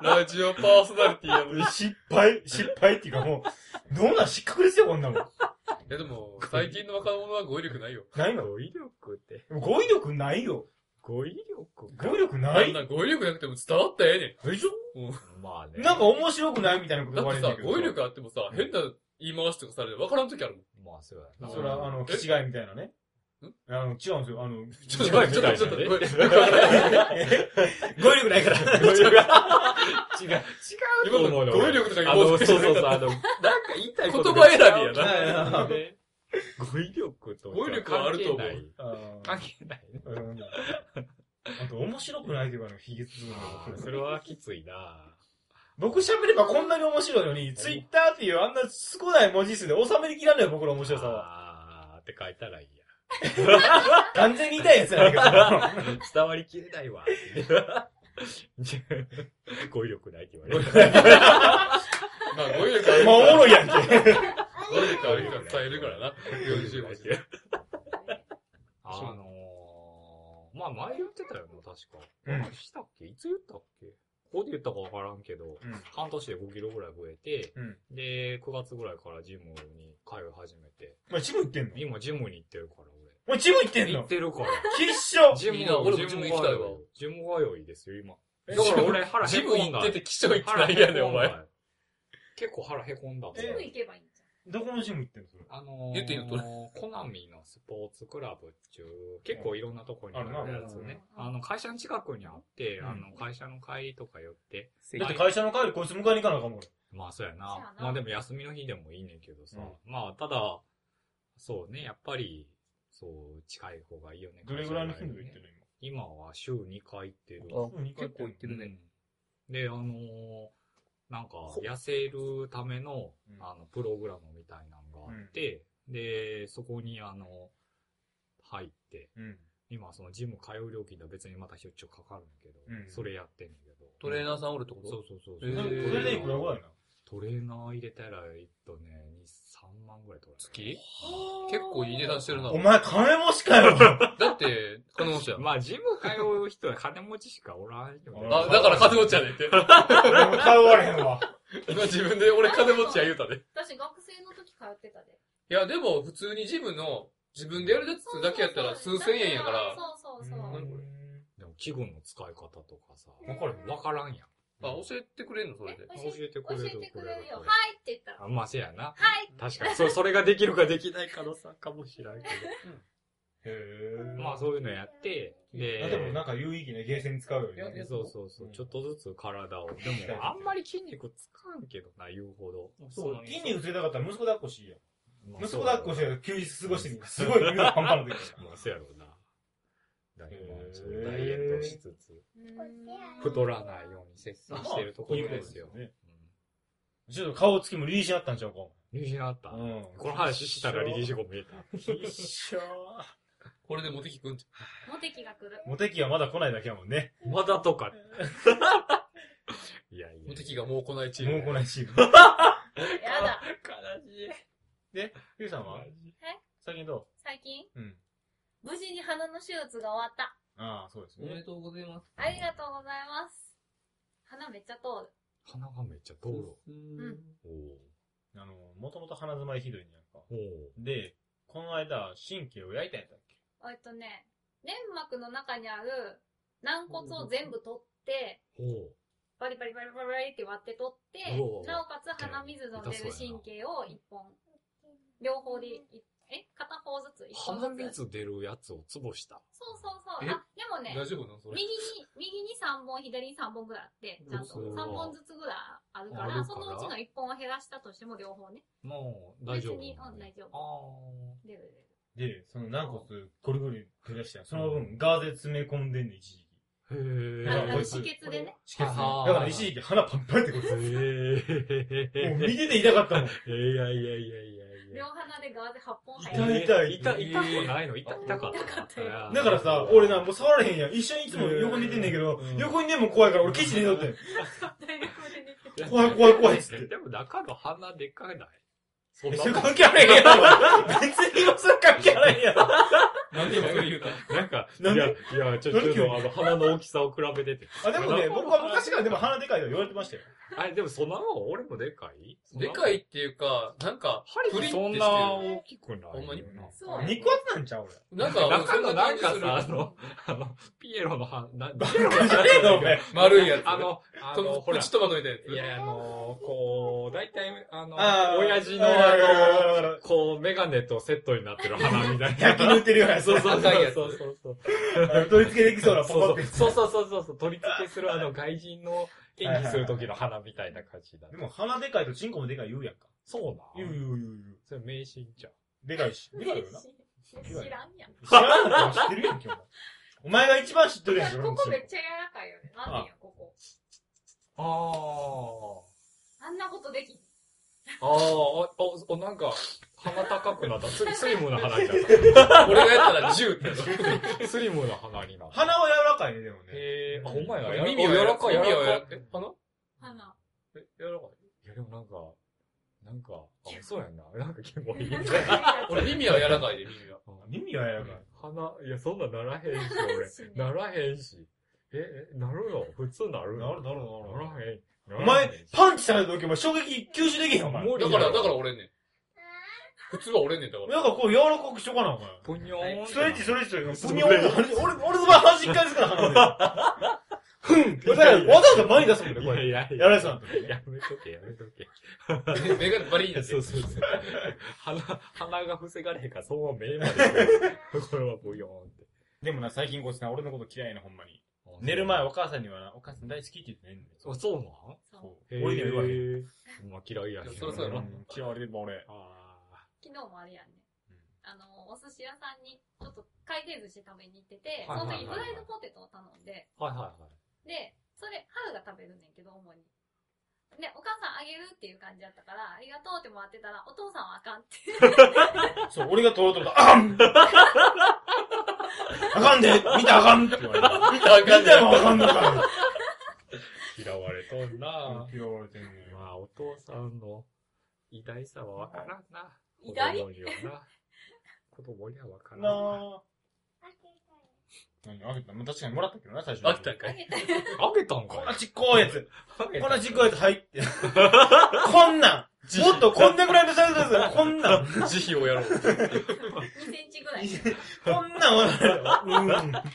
S1: み。
S2: ラジオパーソナリティやる。い
S1: 失敗、失敗っていうかもう、どんなん失格ですよ、こんなもん。
S2: やでも、最近の若者は語彙力ないよ。
S1: ないの
S3: 語彙力って、
S1: 語彙力ないよ。
S3: 語彙力
S1: 語彙力な
S2: あん
S1: い
S2: な語彙力なくても伝わったらええねん。
S1: でしょ
S3: まあね。
S1: なんか面白くないみたいなこと
S2: だ
S1: 言
S2: っ
S1: わ
S2: て
S1: れ
S2: さ
S1: る、けど。
S2: 語彙力あってもさ、変な言い回しとかされて分からん時あるもん。
S3: まあ、そうやな。
S1: それは、あの、気違いみたいなね。あの、違うんですよ。あの、
S2: ちょっと待って、ちょっと待って、ちょっと待って。
S1: *laughs* 語彙力ないから。
S3: 語彙 *laughs* 力が違う。違う
S2: 今
S3: と思う
S2: の
S3: の。
S2: 語彙力とか
S3: あ
S2: 言お
S3: の、そうう
S2: と
S3: そうそう、あの、なんか言いたいこと
S2: 言葉選び
S1: やな
S3: ね語彙力と。
S2: 語彙力はあると思う
S3: 関係ない
S1: あ
S3: 関係ないね。
S1: ーうんあと、面白くないっていうか、ひげつぶ
S3: あー
S1: の。
S3: それはきついな
S1: 僕喋ればこんなに面白いのに、ツイッターっていうあんな少ない文字数で収めりきらないよ、僕の面白さ *laughs* は。
S3: あーって書いたらいいや。 *laughs*
S1: 完全に痛いやつや *laughs* ないけ
S3: 伝わりきれないわ。 *laughs* 語彙力ないって言われる。
S2: まあ、語彙力あ
S1: ど。
S2: るか
S1: まあ、お
S2: ら、
S1: もろいやんけ。
S2: 語彙力あるから伝えるからな。40文字。
S3: あのー、まあ前言ってたよな、確か。
S1: うん
S3: あしたっけいつ言ったっけここで言ったかわからんけど、
S1: うん
S3: 半年で5キロぐらい増えて、
S1: うん
S3: で、9月ぐらいからジムに通い始めて、
S1: お前、チム行ってんの
S3: 今ジムに行ってるから、
S1: お前、チム行って
S3: 俺。
S1: ん
S3: 行っ
S1: の
S3: てる
S2: *laughs*
S3: から。
S1: 必勝
S3: ジ
S2: い
S3: ム
S2: いな
S3: が、
S2: 俺もジム行きたいわ
S3: ジム通いですよ、今。
S1: え
S3: だから俺腹へ
S2: ジ
S3: こ
S2: ム
S3: ん
S2: 行
S3: だ。
S2: ってて、気象行ってないやねん、お前。。
S3: 結構腹へこんだ。
S1: え
S4: 行けばいいんじ
S1: どこのジム行ってんのそれ。
S3: あのー、
S2: 言っていいのそれ
S3: コナミのスポーツクラブっていう、結構いろんなとこにある
S1: あるな
S3: やつね。
S4: うん
S3: あの、会社の近くにあって、
S1: うん
S3: あの、会社の帰りとか寄って。
S1: だって会社の帰りこいつ迎えに行かなあかんもん。
S3: まあ、そうや
S4: そうや
S3: な
S4: な。
S3: まあでも休みの日でもいいねんけどさ。
S1: う
S3: まあ、ただ、そうね、やっぱり、そう、近い方がいいよね。
S1: どれぐらいの頻度で行
S3: 行
S1: ってる
S3: 今は週2回行ってる。
S1: の今。
S5: 結構行ってるね。
S3: うんで、あのーなんか、痩せるための
S1: う、ん
S3: あの、プログラムみたいなのがあって、で、そこに、あの、入って、
S1: うん。
S3: 今、その、ジム通う料金では別にまたしょっちゅうかかるんだけど、
S1: うん
S3: それやってんだけど。
S5: トレーナー
S3: さ
S5: さんおるってこ
S3: そ
S5: と
S3: うそうそう。
S5: へ
S1: それ
S5: ー
S1: それでいくらぐらいな
S3: トレーナー入れたら、えっとね、2、3万ぐらい取られる。
S5: 月結構いい値段してるな
S1: お。前、金持ちかよ。
S5: だって、金持ちやん。
S3: まあ、ジム通う人は金持ちしかおらんよね。
S1: あ
S2: あ、だから金持ちやねん *laughs* って。
S1: 俺も通われへんわ。
S2: 今自分で俺金持ちや言うたで。
S4: ゃん。私学生の時通ってたで。
S2: いや、でも普通にジムの、自分でやるやつだけやったら数千円やから、
S4: そうそうそう。
S2: ん
S3: でも、器具の使い方とかさ、
S4: わかる
S3: わからんやん。
S2: あ、教えてくれんのそれ
S4: え
S2: で。
S4: 教えてくれる。教えてくれるよ。はいって言ったら。
S3: あ、まあ、せやな。
S4: はい。
S3: 確かに、そ *laughs* それができるかできないかの差かもしれないけ
S1: へぇ
S4: *laughs*
S3: ど。まあそういうのやって、で、
S1: でもなんか有意義なゲーセンに使うよりね。
S3: そうそうそう、ちょっとずつ体を。でも、あんまり筋肉つかんけどな、言うほど。
S1: そう、筋肉ついたかったら息子抱っこしいや。
S3: まあ
S1: 息
S3: そう
S1: 子抱っこして休日過ごしてみる。すごい夢がパンパンで。
S3: まあ、そうやろうな。だけど、まあちょっ
S1: へ
S3: と
S1: ー
S3: ダイエットしつつ、太らないように節制してるところですよ。
S1: ね。ちょっと顔つきもリーシンあったんちゃうか。
S3: 入信あった。
S1: ん
S3: この話したらリリーシゴ見えた。
S1: 必勝。
S2: これでモテキくんち
S4: モテキが来る。
S1: モテキはまだ来ないだけやもんね。
S3: まだと *laughs* か。いやいや。
S2: モテキがもう来ないチー
S1: もう
S2: ム。
S1: 来ないし。
S4: やだ。
S3: 悲しい。
S1: ゆうさんは最近ど
S4: 最近
S1: ううん。
S4: 無事に鼻の手術が終わった。
S1: ああ、そうです
S5: おめ
S1: ね
S5: で。とうございます。
S4: ありがとうございます。鼻めっちゃ通る。
S3: 鼻がめっちゃ通る。
S5: うん
S3: おお。
S1: あの、もともと鼻づまいひどいんやんか。
S3: おお。
S1: で、この間、神経を焼いたんやったっけ
S4: えっとね、粘膜の中にある軟骨を全部取って、
S3: ほ
S4: バリバリバリバリバリって割って取
S3: う
S4: って、なお
S3: わ
S4: かつ鼻水の出る神経を一本、両方でい、え片方ずつ
S3: う。
S4: 一本
S3: 鼻
S4: ずつ。
S3: 水出るやつを潰した。
S4: そうそうそう。あ、
S2: え
S4: でもね、
S2: 大丈夫なのそれ
S4: 右。に、右に3本、左に3本ぐらいあって、ちゃんと
S3: そうそう
S4: 3本ずつぐらいあるか
S3: あ
S4: ら、
S3: る
S4: そ
S3: から
S4: のうちの1本を減らしたとしても両方ね、
S3: もう、大丈夫。
S4: 別にうん大丈夫
S3: あ
S4: 出る出る。
S1: で、その軟骨ゴリゴリ取り出して、その分ガーゼ詰め込んでんねん、一時期。
S3: あ。へ
S1: だから
S4: あ
S1: こ
S4: の
S1: いつ
S4: 止血でね。
S1: 止血ねだ
S3: あー
S1: から一時期鼻パンパンってこいつ。もう
S3: *laughs* え。
S1: 見てて痛かったもん。
S3: いやいやいやいやいやいや。
S4: で、両鼻でガーゼ8本入
S1: 痛
S4: る。
S1: い痛い
S3: いた、痛くないの痛、痛かった。
S4: 痛かったよ
S1: だからさ、俺な、もう触られへんやん。一緒にいつも横に寝てんねんけど、横に寝んも怖いから俺ケチ寝とって。
S4: 大学で寝て
S1: 怖い怖い怖いっつって
S3: でも中の鼻でかいないそん
S1: え
S3: な
S1: そ
S3: も
S1: れ
S3: ん
S1: 関係あらへんやろ。別に今それ関係あらへんやろ。
S2: *laughs* なんで今それ言うた
S3: なんか、い
S1: なん
S3: や、
S1: で
S3: いや、ちょ
S1: なんで
S3: っと、あの、鼻の大きさを比べてて。
S1: あ、でもね、僕は昔からでも鼻でかいと言われてましたよ。
S3: あれ、でもそんなもん、俺もでかい
S2: でかい
S3: っ
S2: っていうか、なんか、
S3: 針
S2: プ
S3: も
S2: リンって
S3: そ
S2: して
S3: ん
S2: る
S3: な大きくないよな。
S2: ほんまに
S4: そう。
S1: 肉厚なんちゃう俺。
S2: なんか、
S3: 中のなんか
S2: そんな感
S3: さ、あ
S2: じする
S3: の、あの、ピエロのは、な、ピエロの
S1: じゃねえのお
S3: 鼻
S1: 前。
S2: 丸いやつ。
S3: あ、の、あ
S2: と
S3: の、ほ
S2: プ
S3: ら
S2: チ、トマトみたい
S3: い
S2: なや
S3: や、あの、こう、大体、あの
S1: あ、ー
S3: 親父の、
S1: あーわ
S3: あ
S1: かるわかるわか
S3: の
S1: る、
S3: こう、メガネとセットになってる鼻みたいな。
S1: 焼き塗ってるようなやつ。
S3: そうそう
S2: 赤いやつ
S3: そうそうそう。
S1: あの取り付けできそうなポコ
S3: そ
S1: っ
S3: う
S1: て。
S3: そうそうそうそうそう、取り付けするあの外人の演技する時の花みたいな感じだね
S1: で。も鼻でかいとチンコもでかい言うやんか。
S3: そう
S1: 言
S3: な
S1: う言
S3: ん
S1: う言う言う。
S3: それ迷信じゃん。
S1: でかいし。でかいよな。
S4: る。知らんやん。
S1: 知らんのか知ってるやんけ、お前。お前が一番知ってるやんけ、俺
S4: こ
S1: のチ
S4: こ
S1: ン
S4: め
S1: コ
S4: っちゃ柔らかいよね。なんでや、ここ。
S3: あ
S4: あんなことできん。
S3: あ。ああ、お、お、なんか、鼻高くなった。スリスリムの鼻になっ
S2: つ。俺がやったら10ってやつ。
S3: *laughs* た。スリムの鼻になった。
S1: 鼻は柔らかいね、でもね。
S3: へえ、あ、お前は
S2: 耳は
S3: 柔らかい、柔ら
S2: 耳は
S3: かい
S2: や。え、鼻
S4: 鼻。
S2: え、柔らかい
S3: いや、でもなんか、なんか、あ、そうやんな。なんか結構いい。
S2: 俺耳は柔らかいで、耳は。
S1: 耳は柔らかい。
S3: 鼻、いや、そんなならへんし、俺。な
S4: な
S3: らへんし。え、え、なるよ。普通なるよ。
S1: なるなるなるなる。
S3: ならへん。
S1: お前、パンチされた時お前衝撃吸収できへんよ、お前。
S2: だから、だから俺ね。普通は俺ね、だから。
S1: なんかこう柔らかくしとかな、お前。
S3: ポニョーン。
S1: ストレッチ、ストレッチ、
S3: そ
S1: ス
S3: う
S1: トレッチ。俺、俺、俺の場合半身返すから、鼻で。ふん。だから、わざわざ前に出すもんね、こ
S3: いやい
S1: れ。
S3: やい
S1: やられて
S3: や
S1: たんだよね。
S3: めとけ、やめとけ。
S2: 目がバリーンやって。
S3: そうそうそう。鼻、鼻が防がれへんから、そのまま目まで。これはブヨーンって。
S1: でもな、最近こいつな、俺のこと嫌いな、ほんまに。
S3: あ
S1: 寝る前、お母さんにはな、お母さん大好きって言って寝んねん。
S3: そうあそうなん
S1: そう。俺には言わへん。
S3: へーまあ嫌いやし。
S2: そりゃそうやろ
S1: うん嫌われれば俺。
S3: あ
S4: 昨日もあれやんね
S1: うん。
S4: あの、お寿司屋さんに、ちょっと回転寿司食べに行ってて、そ
S3: はい
S4: の
S3: はいはいは
S4: 時
S3: い
S4: フライドポテトを頼んで、
S3: ーはいはいはい。
S4: で、それ、春が食べるねんけど、主に。で、お母さんあげるっていう感じだったから、ありがとうってもらってたら、お父さんはあかんって。
S1: そう、俺が取ろうと思ったら、あんあかんで見たらあかんって言われた。
S2: 見たらあかん
S1: 見た
S2: ね
S1: もあかんのか。
S3: 嫌われとんな
S1: 嫌われてんねん
S3: まあ、お父さんの偉大さはわからんな。
S4: 偉大
S3: 子供にはな。子供にはわからん
S1: なあ。何あげたまあ確かにもらったけどな、最初に。
S2: 飽きたんか
S4: あ
S2: い。
S4: げたよ。
S3: あげたんか
S1: こん
S3: い
S1: なちっこいやつ。こんなちっこいやつ入って。こんなんもっとこんなぐらいのサイズですよ。こんなん
S2: 慈悲をやろう。
S4: 2センチぐらい。
S1: こんなん笑うようん。
S2: ありがとうございます。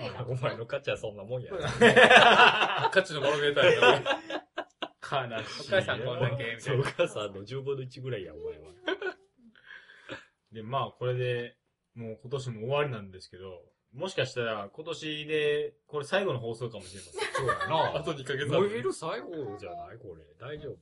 S4: あげた。
S3: お前の価値はそんなもんや。
S2: 価値のバロメーターやな。
S1: 悲
S2: お
S1: しい。
S2: 母さんこんだけ、みた
S3: そ、
S2: いう
S3: お
S2: な。
S3: 母さんの10分の1ぐらいや、お前は。
S1: で、まあ、これで、もう今年も終わりなんですけど、もしかしたら今年で、これ最後の放送かもしれません。
S3: そうやな。
S2: あと2ヶ月
S3: 燃える最後じゃないこれ。大丈夫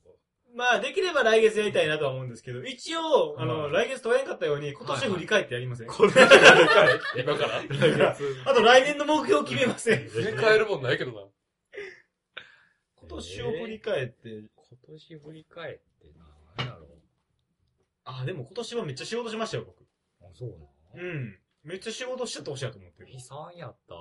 S1: まあ、できれば来月やりたいなとは思うんですけど、一応、あの、
S3: うん
S1: 来月取れんかったように、今年振り返ってやりません、
S3: これじゃないかい。
S2: 今から。 *laughs*
S3: 来
S1: あと来年の目標決めません。
S2: 入れ
S3: 月。
S2: 替えるもんないけどな。
S1: 今年を振り返って、
S3: 今年振り返ってな、何やろ
S1: あ、でも今年はめっちゃ仕事しましたよ、僕。
S3: う。あ、そうなの
S1: うん。めっちゃ仕事してた年やと思ってる。
S3: 悲惨やった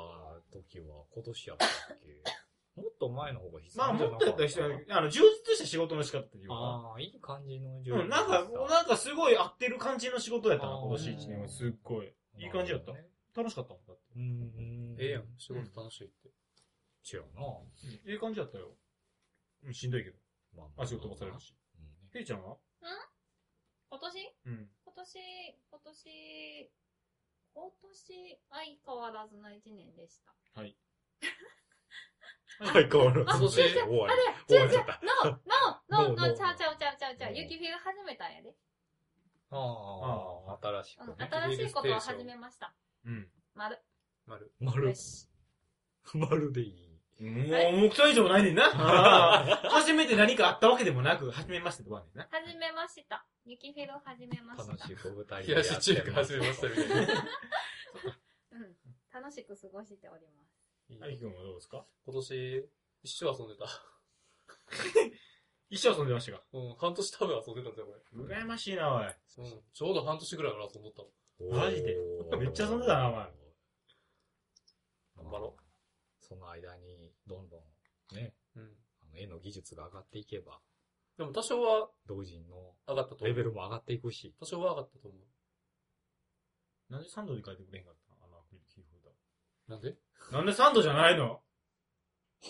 S3: 時は今年やったっけもっと前の方が悲惨じゃ
S1: まあ、
S3: なか
S1: も
S3: った。
S1: っとやったら人やねあの、充実した仕事の仕方っていうか。
S3: ああ、いい感じ
S1: う
S3: の
S1: ん、なんか、なんかすごい合ってる感じの仕事やったな、
S3: あー
S1: 今年一年は。すっごい。いい感じやった
S3: なる
S1: 楽しかったもん、だっ
S3: ほどねうん。
S2: ええやん。仕事楽しいって。
S3: 違うな。
S1: て。いい感じやったよ。うん、しんどいけど。
S3: まあまあ
S1: あ、仕事もされるし。
S3: うんね
S1: ペイちゃんは
S4: 今年
S1: うん。
S4: 今年、今年、今年、相変わらずな一年でした。
S3: はい、変わる。
S4: あ、
S2: 今年
S4: 違う違う
S3: 終わ
S4: あ
S3: り。
S4: れ、違
S3: 終わ
S4: う
S3: っ
S4: 違
S3: ちゃ
S4: う
S3: っ。た。
S4: ノー、ノー、ノ
S3: ノーノ
S4: ー、
S3: ー
S4: ちゃうちゃうちゃうちゃうちゃう。
S3: ノー
S4: 雪フィル始めたんやで。
S3: ああ、新しく
S4: う
S3: ね。
S4: ん、新しいことを始めました。
S1: うん。
S4: まる。
S2: 丸。
S3: 丸
S4: よ、し。
S3: 丸でいい。
S1: もう、目標以上もないねんな。 *laughs* 初めて何かあったわけでもなく、初めましてとかねんな。
S4: 始めました。雪フィル始めました
S3: 楽。しい舞台
S2: 冷やし中華始めましたみたいな。
S4: うん。楽しく過ごしております。
S1: は
S2: 今
S1: い、今日もどうですか
S2: 年、一生遊んでた。
S1: 一生遊んでましたが。
S2: うん、半年多分遊んでたんですよ、こ
S1: 羨ましいな、おい。
S2: れ。うん、ちょうど半年ぐらいから遊んどったもん。
S1: マジでめっちゃ遊んでたなお前
S2: 頑張ろ
S3: う。その間に、どんどん、ね、
S2: うん。
S3: あの絵の技術が上がっていけば、
S2: でも多少は
S3: 同人の
S2: 上がったと思
S3: レ
S2: う。
S3: ベルも上がっていくし、
S2: 多少は上がったと思
S1: なんでサンドで書いてくれへんかったのあのアクリルキーホル
S2: う。なんで
S1: ダー。なんでサンドじゃないの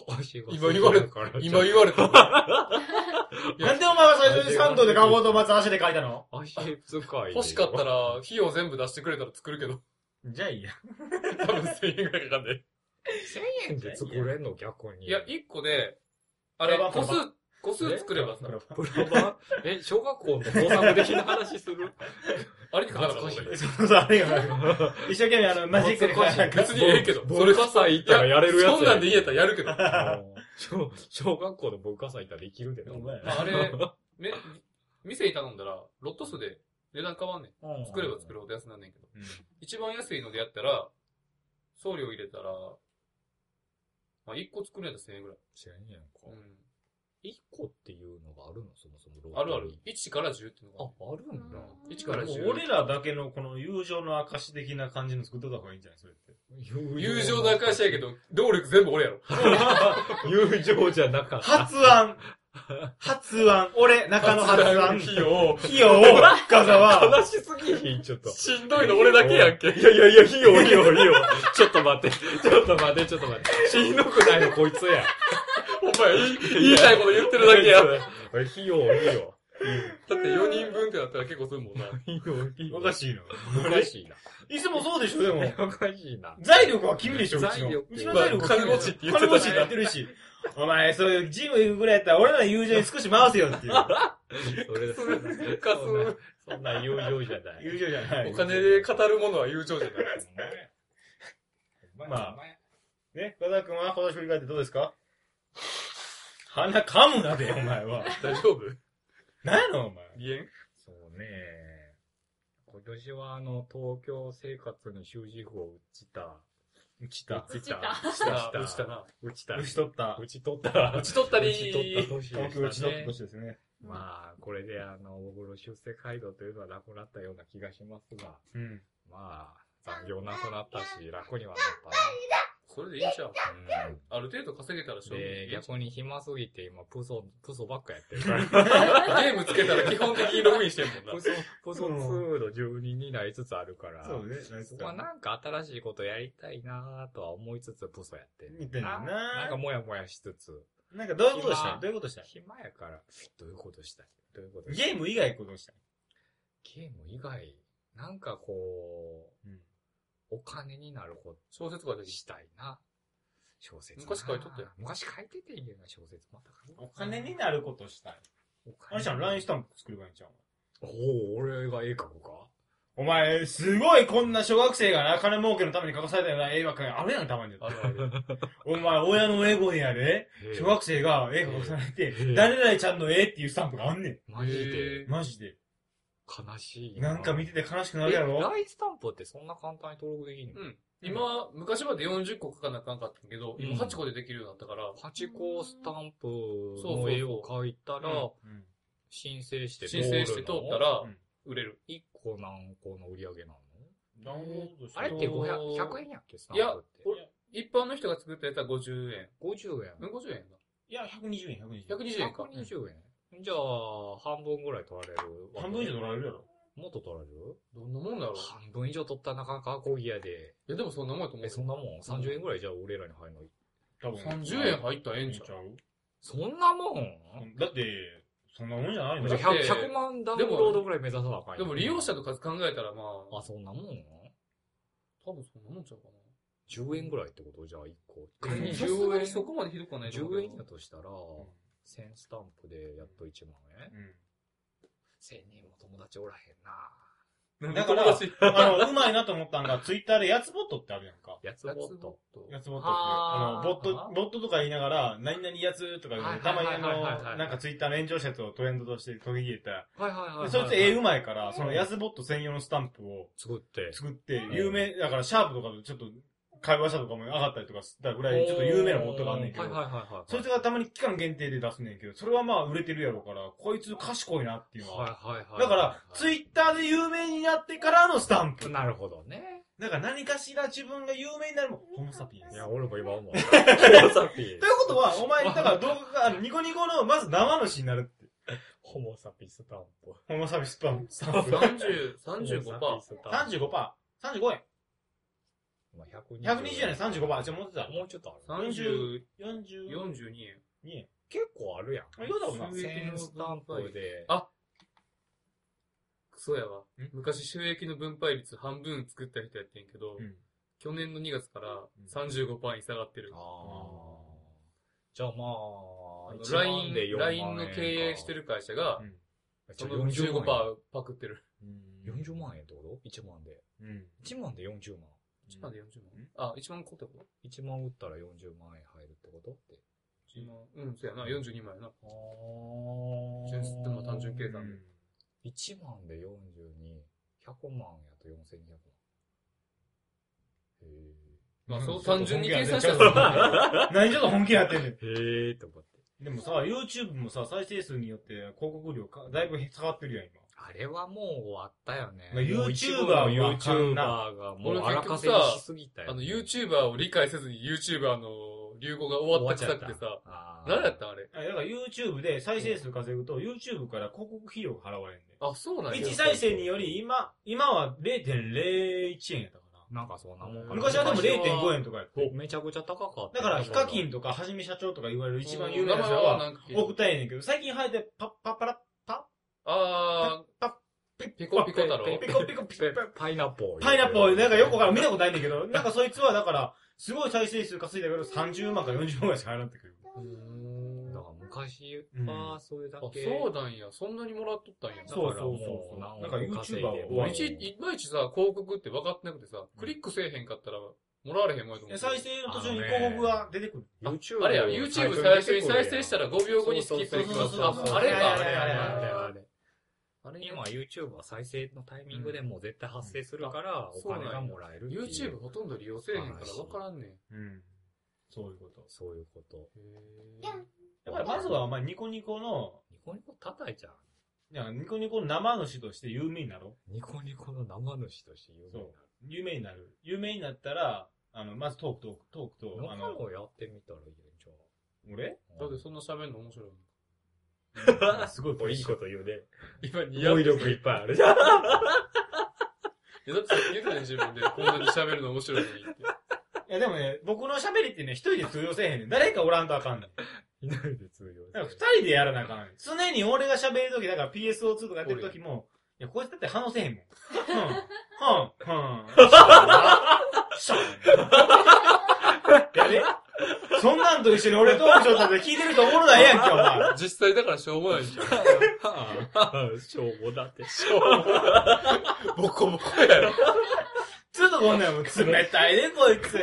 S3: 今
S2: 今言われ
S3: から
S2: 今言われ *laughs* た。や
S1: なんでお前は最初にサンドで書こうと思って足で書いたの
S3: 足使い。
S2: 欲しかったら、費用全部出してくれたら作るけど、
S1: じゃあいいや。
S2: 多分1000円ぐらいかかんない。
S3: 1000円で作れんの逆に。
S2: いや、1個で、あれ、
S1: 黒板
S2: 個数、個数作ればさ、
S1: そ
S3: プロ
S2: *laughs*
S3: 版え、小学校の工作的な話する
S2: あれって書かなかった
S3: 懐かしい
S2: 俺
S1: うそう、あれよ。 *laughs* 一生懸命あの、マジックで書いた
S2: 別にええけど、
S3: 文化祭行ったらやれるやつや
S2: そんなんで言えたらやるけ *laughs* ど。ま
S3: もう小小学校で文化祭行ったらできるでな。
S1: お前
S2: ああれ、め、店に頼んだら、ロット数で値段変わんねん。作れば作るほど安なんねんけど。一番安いのでやったら、送料入れたら、まあ、1個作るんやったら1000円ぐらい。
S3: 1000円か。
S2: う
S3: 1個っていうのがあるのそもそもロー
S2: ん。
S3: タ
S2: あ
S3: リー
S2: るある。1から10っていうのが
S3: あ、あるんだ。
S4: うん
S2: 一から
S1: も
S2: 十
S1: う俺らだけのこの友情の証的な感じの作っとった方がいいんじゃないそれって。
S2: 友情の証やけ。ど、動力全部俺やろ。
S3: *laughs* 友情じゃなかった。
S1: 発
S2: *laughs*
S1: 案発案俺、中野発案
S2: 費用。
S1: 費用を、深
S2: *laughs*
S1: 沢、
S3: 悲しすぎひん、ちょっ
S2: *laughs*
S3: と。
S2: しんどいの俺だけやんけ。
S3: いやいやいや、いいよ、いいよ、いいよ。 *laughs* ちょっと待って、ちょっと待って、ちょっと待って。しんどくないの、こいつや。
S2: お前、言いたいこと言ってるだけ *laughs* や。だっ
S3: おい。費用、費用。
S2: て4人分ってなったら結構するもんな。
S3: 費用、費用。
S1: おかしいな。
S3: おかしいな。
S1: いつもそうでしょ、でも。
S3: おかしいな。
S1: 財力は君でしょ、うち
S3: 財
S1: の
S3: 力。
S1: うちの財力は君
S2: まあ金持ちって言ってた
S1: 金
S2: ね
S1: 持ちって言ってるし。お前、そういうジム行くぐらいやったら、俺らの友情に少し回せよっていう。
S3: それだ。
S2: か
S3: そんな、そんな友情じゃない。
S1: 友情じゃない。
S2: お金で語るものは友情じゃない。
S1: まあね、深田君は今年振り返ってどうですか鼻噛むなで、お前は。
S2: 大丈夫
S1: 何やの、お
S2: *laughs*
S1: 前。
S2: 離縁
S3: そうね。今年はあの、東京生活に終止符を打ちた。
S1: 打ちた。
S3: 打ち
S4: 打ち
S3: た。
S2: した、
S3: 打
S2: 打
S3: ち
S2: ち
S3: た
S2: たな。
S3: 打ちた。
S1: 打ち取った
S3: 打。ち取った。
S2: 打ち取ったり
S3: 打ち取った *laughs* 年で
S1: 東
S3: した
S1: 京
S3: ね
S1: 打ち取った年ですね。
S3: まあ、これであの、僕の出世街道というのはなくなったような気がしますが、
S1: うん。
S3: まあ、残業なくなったし、楽にはなった
S2: それでいいじゃん。
S3: な。うん
S2: ある程度稼げたらしょう
S3: で、
S2: ゲ
S3: 逆に暇すぎて今、プソ、プソばっかやってるから。
S2: ームつけたら基本的にログインしてんもん
S3: プ
S2: な。
S3: ソ、プソ2の住人になりつつあるから、
S1: そうね、ナイス
S3: そこは
S1: か。
S3: なんか新しいことやりたいなぁとは思いつつ、プソやってんねん
S1: みたいな。
S3: なんか
S1: な
S3: もやもやしつつ、
S1: なんかどういうことしたい
S3: 暇
S1: どういうことしたい
S3: 暇やから、どういうことしたいどういうことしたい
S1: ゲーム以外ことしたい
S3: ゲーム以外、なんかこう、
S1: うん
S3: お金になること
S2: 小説ができ
S3: したいな。小説な。
S2: 昔書いとったやん
S3: 昔書いてていいよな、小説。また書こ
S1: お金になることしたい。
S3: う。お
S1: あれじゃん、LINE スタンプ作ればいいんちゃう
S3: おお、俺が絵描くか
S1: お前、すごいこんな小学生がな、金儲けのために書かされたような絵ばっかりあるやん、たまに。
S2: あるある。
S1: お前、親のエゴにやで、小学生が絵描かされて
S3: へえ、
S1: 誰々ちゃんの絵っていうスタンプがあんね
S3: *laughs* マジ
S2: へ
S3: で
S1: ん。マジで。
S3: 悲しい。
S1: なんか見てて悲しくな
S3: え、
S1: るやろ
S3: LINE スタンプってそんな簡単に登録できんの
S2: うん。今、昔まで40個書かなあかんかったけど、今8個でできるようになったから、
S3: パチコスタンプの絵を描いた
S1: う
S3: ら、
S1: ん
S3: 申請して
S2: 申請して通った、ら
S1: うん、
S2: 売れる。
S3: 1個何個の売り上げなの
S1: ダウンロードした
S3: あ
S1: ら
S3: れって
S2: ご
S3: 500、100円やっけスタン
S2: いや
S3: プって。
S2: 一般の人が作ったやつは50円。
S3: 50
S2: うん、
S3: 円。
S2: 50円
S1: いや、120円、120円。
S2: だ。120円か。
S3: 120円。じゃあ、半分ぐらい取られる。
S1: 半分以上取られるやろ。
S3: もっと取られる
S2: どんなもんだろう。
S3: 半分以上取ったらなかなかアコギやで。
S2: いや、でもそんなもんやと思
S3: え、
S2: う。
S3: そんなもん ?30 円ぐらいじゃあ俺らに入るの
S1: 多分。
S2: 30円入ったらええんちゃう
S3: そんなもん
S1: だって、そんなもんじゃないの
S3: じゃ
S2: だ
S3: あ
S2: って
S3: 100, 100万ダウンロードぐらい目指さなあかんやん
S2: でも利用者の数考えたらまあ
S3: あ、、そんなもん
S2: 多分そんなもんちゃうかな。
S3: ?10 円ぐらいってことじゃあ1個。
S2: 仮
S3: 仮
S2: に
S3: に
S2: さす
S3: 10
S2: が
S3: 円
S2: に。そこまでひどくはないと思う
S3: 10
S2: け
S3: 円
S2: ど
S3: だとしたら、1000スタンプでやっと1万円
S1: う
S3: ?1000 人も友達おらへんな
S1: だから
S2: 友達
S1: ん。あの、うまいなと思ったんが、ツイッターでやつボットってあるやんか。
S3: やつ
S2: やつ
S3: も
S2: ボ
S3: っ
S2: ッ
S3: と
S2: ト。
S1: やつボットっていう。あ
S3: あー
S1: の、ボット、ボットとか言いながら、何々やつとか言う、たまにあ
S3: はいはいはいはいは
S1: の、
S3: い
S1: なんかツイッターの炎上説をトレンドとして取り入れた。
S3: はいはいはいはい。
S1: でそいつ絵うまいから、そのやつボット専用のスタンプを
S3: 作って。
S1: 作って、有名、だからシャープとかとちょっと会話者とかも上がったりとかしたぐらい、ちょっと有名なボットがあんねんけ
S2: はい
S1: ど
S2: は、いはいはい。
S1: そいつがたまに期間限定で出すねんけど、それはまあ売れてるやろうから、こいつ賢いなっていうのは。
S3: はいはいはい。
S1: だから、ツイッターで有名になってからのスタンプ。
S3: なるほどね。
S1: だから何かしら自分が有名になるもん、ホモサピエンス。
S3: い
S1: とい
S3: や、
S1: う
S3: 俺も
S1: *laughs*
S3: 今思う。ホモサピエンス
S1: ことは、お前、だから動画が、あの、ニコニコの、まず生主になるって。
S3: ホモサピスタンプ。
S1: ホモサピスタンプ。スタン
S3: *laughs*
S1: プ。
S2: 30、35%。
S3: ホモサピスタンプ。
S1: 35%。35円。
S3: まあ120
S1: 120円、35%。じゃあ持ってた。
S3: もうちょっとある。
S2: 30、
S1: 40。
S2: 42円。
S1: ね
S3: 結構あるやん。
S1: あ言うたことない
S3: 1000スタンプで。
S2: あクソやわ
S1: ん。
S2: 昔収益の分配率半分作った人やってんけど、
S1: うん
S2: 去年の2月から35%に下がってる
S3: あ。ーじゃあま
S2: あ
S3: あ、
S2: の
S3: 一万
S2: LINE、
S3: で4万円
S2: LINE の経営してる会社が、
S3: か。
S2: その15%パクってる。
S1: うん。
S3: 40万円ってこと ?1 万で。
S1: うん。
S3: 1万で40万。
S2: 1万で40
S1: うん
S2: 万あ、1万個ってこと
S3: 1万打ったら40万円入るってことって。
S2: ?1 万。うん、そうやな。42万やな。
S3: あ
S2: 純粋ってまあ単純計算
S1: うん
S3: 1万で42、100万やと4200万。へ
S2: まあそうう、
S1: ん
S2: 単純に計算した
S1: ちょっと
S2: ら。
S1: 何ちょっと本気になってんねん。
S3: え。へえーって思って。
S1: でもさ、YouTube もさ、再生数によって広告料か、だいぶ下がってるやん、今。
S3: あれはもう終わったよね。
S1: まあ YouTuber
S3: もう一部の
S1: はあかん
S3: YouTuber
S1: な
S3: がもう荒稼ぎしすぎたよ。
S2: あの、YouTuber を理解せずに YouTuber の流行が終わった臭くてさ。
S3: あー
S2: 何やったんあれ。
S1: あだから YouTube で再生数稼ぐと、YouTube から広告費用が払われんで。
S2: あ、そうなんや。
S1: 1再生により、今、今は0.01円やったか
S3: なんかそんなもんか
S1: な。
S3: な。
S1: 昔はでも0.5円とかやった。
S3: めちゃくちゃ高かった。
S1: だから、ヒカキンとか、はじめ社長とか言われる一番有名な
S2: 名
S1: 人
S2: 前
S1: は、
S2: なんか聞いた
S1: 億単位やねんけど、最近生えて、パッパッパラッパ
S2: あ
S1: ッパッ
S2: ー、ピコピコ太郎。
S1: ピコピコピコ
S3: ペパイナップル。
S1: パイナップル、なんかよくわからん、見たことないねんだけど、なんかそいつはだから、すごい再生数稼いだけど、30万から40万ぐらいしか入らんってくる。
S2: うーん
S3: だ
S2: あ
S3: か、ら昔
S1: う
S3: はそれだけ。
S2: そうなんや。そんなにもらっとったんや。
S1: そうそう
S3: だからも
S1: そうそう
S3: 何
S1: なんか
S3: 億稼いで
S1: YouTuber
S3: も
S1: は
S2: ういちいまいちさ、広告って分かってなくてさ、クリックせえへんかったら、もらわれへんもんやと思
S1: で
S2: う。
S1: 再生の途中に広告が出てくる。
S3: YouTube
S2: あれや、YouTube 最初に再生したら5秒後にスキップできます。
S1: そうそうそうそう
S2: ああれか、
S1: あれあれあれ
S3: あれ
S2: あれ
S3: 今 YouTube は再生のタイミングでもう絶対発生するから、
S2: うん
S3: お金がもらえるっていう。
S2: YouTube ほとんど利用せえへんから分からんね
S1: う
S2: ん。
S1: ん。そういうこと。
S3: そういうこと。
S2: へー
S1: やっぱりまずは、お前ニコニコの、
S3: ニコニコ叩いちゃう。
S1: いや、ニコニコの生主として有名になろ
S3: ニコニコの生主として有名になる。
S1: う。有名になる。有名になったら、あの、まずトークトーク、トークと、あ
S3: 中
S1: の、
S3: 野やってみたらいいんじ
S1: 俺
S3: ゃん。
S2: だってそんな喋るの面白い。
S3: *laughs*
S1: すごい
S3: もういいこと言うね。
S2: 今似合
S3: 語
S2: う。
S3: 彙
S2: いや、
S3: 力いっぱいあるじゃ *laughs* ん。
S2: だってさっき言うたね、自分で。こんなに喋るの面白いのにって。
S1: いや、でもね、僕の喋りってね、一人で通用せえへんねん。誰かおらんとあかんねん。
S3: いないで通
S1: だから
S3: 用
S1: 二人でやらなあかんねん。常に俺が喋るとき、だから PSO2 とかやってるときも、いや、こいつだって反応せえへんもん。ふん、ふん、ふん。しょうがない。いやね、そんなんと一緒に俺トークショーだって聞いてる人おもろないやんけ、お前。
S2: 実際だから *laughs* しょうもないんじゃん。
S3: *laughs* しょうもだって。
S2: ボコボコやろ。
S1: ちょっとこんなんもう冷たいね、こいつ。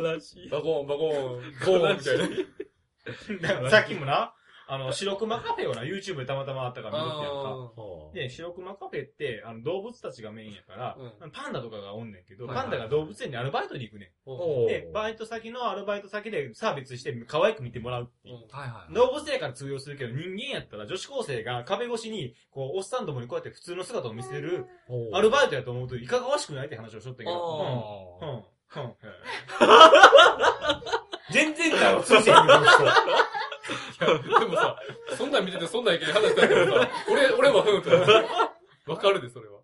S3: 悲し
S1: *laughs*
S3: い。
S2: バコーン、バコーン、ボーンみたいな。
S1: だからさっきもな、あの、白熊カフェをな、YouTube でたまたまあったから見とってやんか。
S2: あ
S1: で、白熊カフェって、あの、動物たちがメインやから、
S2: う
S1: パンダとかがおんねんけど、
S2: はいはい
S1: パ
S2: は
S1: ン
S2: い
S1: ダが動物園にアルバイトに行くねん。で、バ
S3: はい
S1: イト先のアルバイト先でサービスして可愛く見てもらうっていう。
S2: ー
S3: はい。
S1: 動物園から通用するけど、人間やったら女子高生が壁越しに、こう、おっさんどもにこうやって普通の姿を見せる、アル
S3: バ
S1: バイトやと思うといかがわしくないって話をしとったけど。
S3: ト
S1: うん。
S2: *laughs*
S1: うん。うん。全然会話通じへんけど、この人
S2: い *laughs* やでもさ、そんなん見ててそんなんいきなり話したけどさ、俺、俺はふんとわかるで、それは。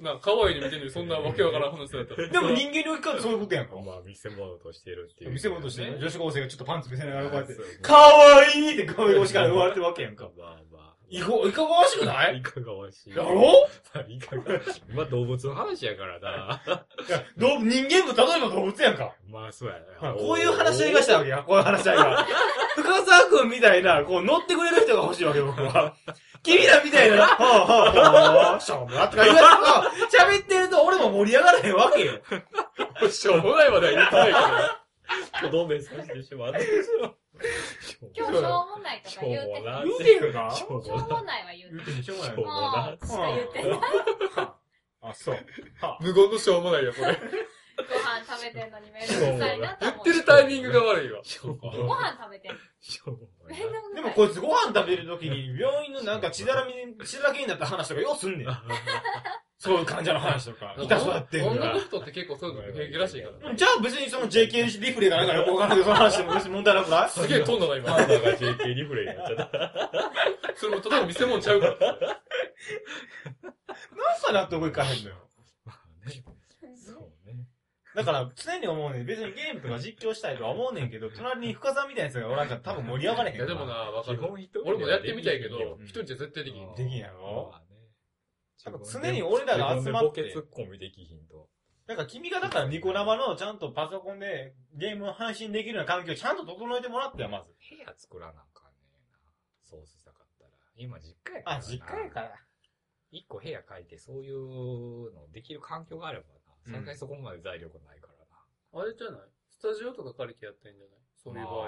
S2: な、可愛いに見てるのにそんなわけわからん話だったら。
S1: でも人間に置き換えてそういうことやんか。
S3: まあ、見せ物としてるっていう。
S1: 見せ物としてね、女子高生がちょっとパンツ見せながらこうやって、か
S3: か
S1: わいいって壁越しから言われてるわけやんか。
S3: まあまあ。
S1: いかいかがわしくない
S3: いかがわし
S1: や
S3: い。
S1: ろ
S3: いかがわしい。まあ、動物の話やからな。
S1: いや、動物人間も例えば動物やんか。
S3: まあ、そうやね
S1: はいこういう話し合いがしたいわけや、こういう話し合い *laughs* が。深澤くんみたいな、こう乗ってくれる人が欲しいわけ、僕は。君らみたいな、 *laughs* はぁはぁはぁ、しょうもなとか言われても、喋ってると俺も盛り上がらへんわけよ。
S2: しょうもない話題言ってないか
S3: とどめさせてしまった。
S4: 今日しょうもないとか言うて
S3: な
S4: へ
S1: 言うてへんか
S3: しょう
S4: ん。しょう
S3: も
S4: もないは言
S1: 言
S4: う
S1: う
S4: て
S1: てへん、しょう
S3: な
S1: が
S3: い。
S1: な
S3: し
S1: い
S3: ょうもな
S4: へん。しか言うてへん。
S1: はぁああ、そう。
S5: 無言のしょうもないや、これ。
S4: ご飯食べてんのに面倒くさいなと
S5: 言
S4: 思
S5: っ
S4: う
S5: て。るタイミングが悪いわ。
S3: しょうも
S4: ご
S3: な
S4: 飯
S3: い。
S4: 食べてんの。
S3: しょうもない
S4: 面倒くさい。
S1: でもこいつご飯食べるときに、病院のなんか血だらみ、血だらけになった話とかようす *laughs* んねん。そういう患者の話とか。痛そうやってんか
S2: 女の
S1: ら。
S2: 人って結構そういうの平気らしいから。
S1: じゃあ別にその JK リフレがなんかよくわからんけど、その話でも別に問題なくない
S5: すげえ飛んだな、今。
S3: パンダが JK リフレイになっちゃった。
S2: それもただの見せ物ちゃうから。
S1: なんかなって覚えかへんのよ。
S3: まあね。そうね。
S1: だから、常に思うねん。別にゲームとか実況したいとは思うねんけど、隣に深さみたいなやつがおらんから多分盛り上がれへん
S2: い
S1: か
S2: や、
S1: ら。
S2: でもな、わか
S3: 基
S2: る。
S3: 本一人で
S2: 俺もやってみたいけ
S3: できんよ
S2: ど
S1: う、ん
S2: 一人じゃ絶対できひん。
S1: できんやろ
S3: まあね
S1: 多分常に俺らが集まって
S3: 自分でボケツッコミできひんと。
S1: だから君がだからニコ生のちゃんとパソコンでゲームを配信できるような環境をちゃんと整えてもらってよ、まず。
S3: 部屋作らなあかんねえな。ソースしたかったら。今実家やから。
S1: あ、実家やか。ら。
S3: 一個部屋借りてそういうのできる環境があれば
S1: うん
S3: な。さすがにそこまで財力ないからな。
S2: あれじゃないスタジオとか借りてやったらいいんじゃないそういう場合
S3: ま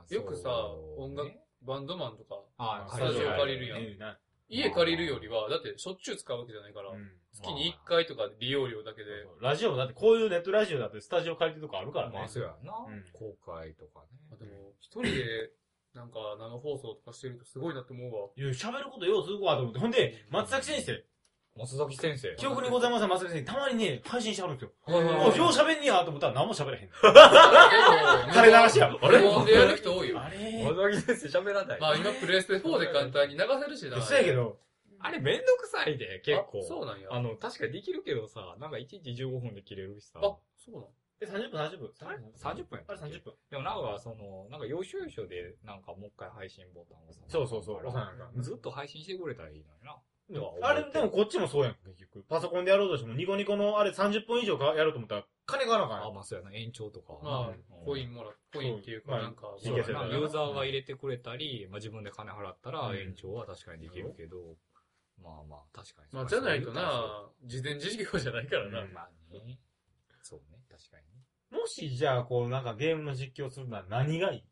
S2: は
S3: あ。
S2: よくさ
S3: そう、ね
S2: 音楽、バンドマンとか、
S3: あ
S2: スタジオ借りるやん
S1: いいな
S2: 家借りるよりは、だってしょっちゅう使うわけじゃないから
S1: う、ん
S2: 月に1回とか利用料だけで、
S1: ラジオだって、こういうネットラジオだってスタジオ借りてるとこあるからね。
S3: まあそうやな
S1: うん。
S3: 公開とか
S2: あで
S3: ね。
S2: も、一人で、なんか生放送とかしてるとすごいなって思うわ。
S1: いや、喋ることようするわと思って。ほんで、松崎先生、
S3: 松崎先生。
S1: 記憶にございません、松崎先生、たまにね、配信してはるんですよ。
S2: はいはい *laughs*
S1: あ、
S2: はい
S1: よう喋んねやと思ったら何も喋れへん。
S2: でも
S1: *laughs* 垂れ流しや。
S2: あれでやる人多いよ。
S1: あれ
S3: 松崎先生喋らない。
S2: まあ今プレイステ4で簡単に流せるしな。
S1: そうやけど、
S3: あれめんどくさいで、結構。
S2: あそうなんや。
S3: あの、確かにできるけどさ、なんか1日15分で切れるしさ。
S2: あ、そうなの
S1: え、30分、30分。
S3: あれ ?30 分やった
S1: あ
S3: っ
S1: れ
S3: け
S1: 30分。
S3: でもなんかその、なんか要所要所で、なんかもう一回配信ボタンを押さな
S1: そうそうそう、
S3: あ
S1: 押
S3: かん
S1: さ
S3: か
S1: なあかん
S3: らずっと配信してくれたらいいのにな。
S1: あれ、でもこっちもそうやん、結局。パソコンでやろうとしても、ニコニコのあれ30分以上かやろうと思ったら、金がなあかん
S3: あ、
S1: やん。
S3: まあそうやな、延長とか。
S2: まあ、コイ
S3: ン。
S2: ンもら、コインっていうか
S1: まあ
S2: なんか、
S1: い
S3: そ
S1: いうけ
S3: や
S1: ど
S3: な、
S1: ね
S3: ユーザーが入れてくれたり、まあ自分で金払ったら
S1: うん
S3: 延長は確かにできるけど、まあまあ、確かに。
S2: まあ、じゃないと
S3: そ
S2: な、事前知識はじゃないから
S3: う言うた
S2: な。
S3: らそうまあね。そうね、確かにね。
S1: もし、じゃあ、こう、なんかゲームの実況するなら何がいい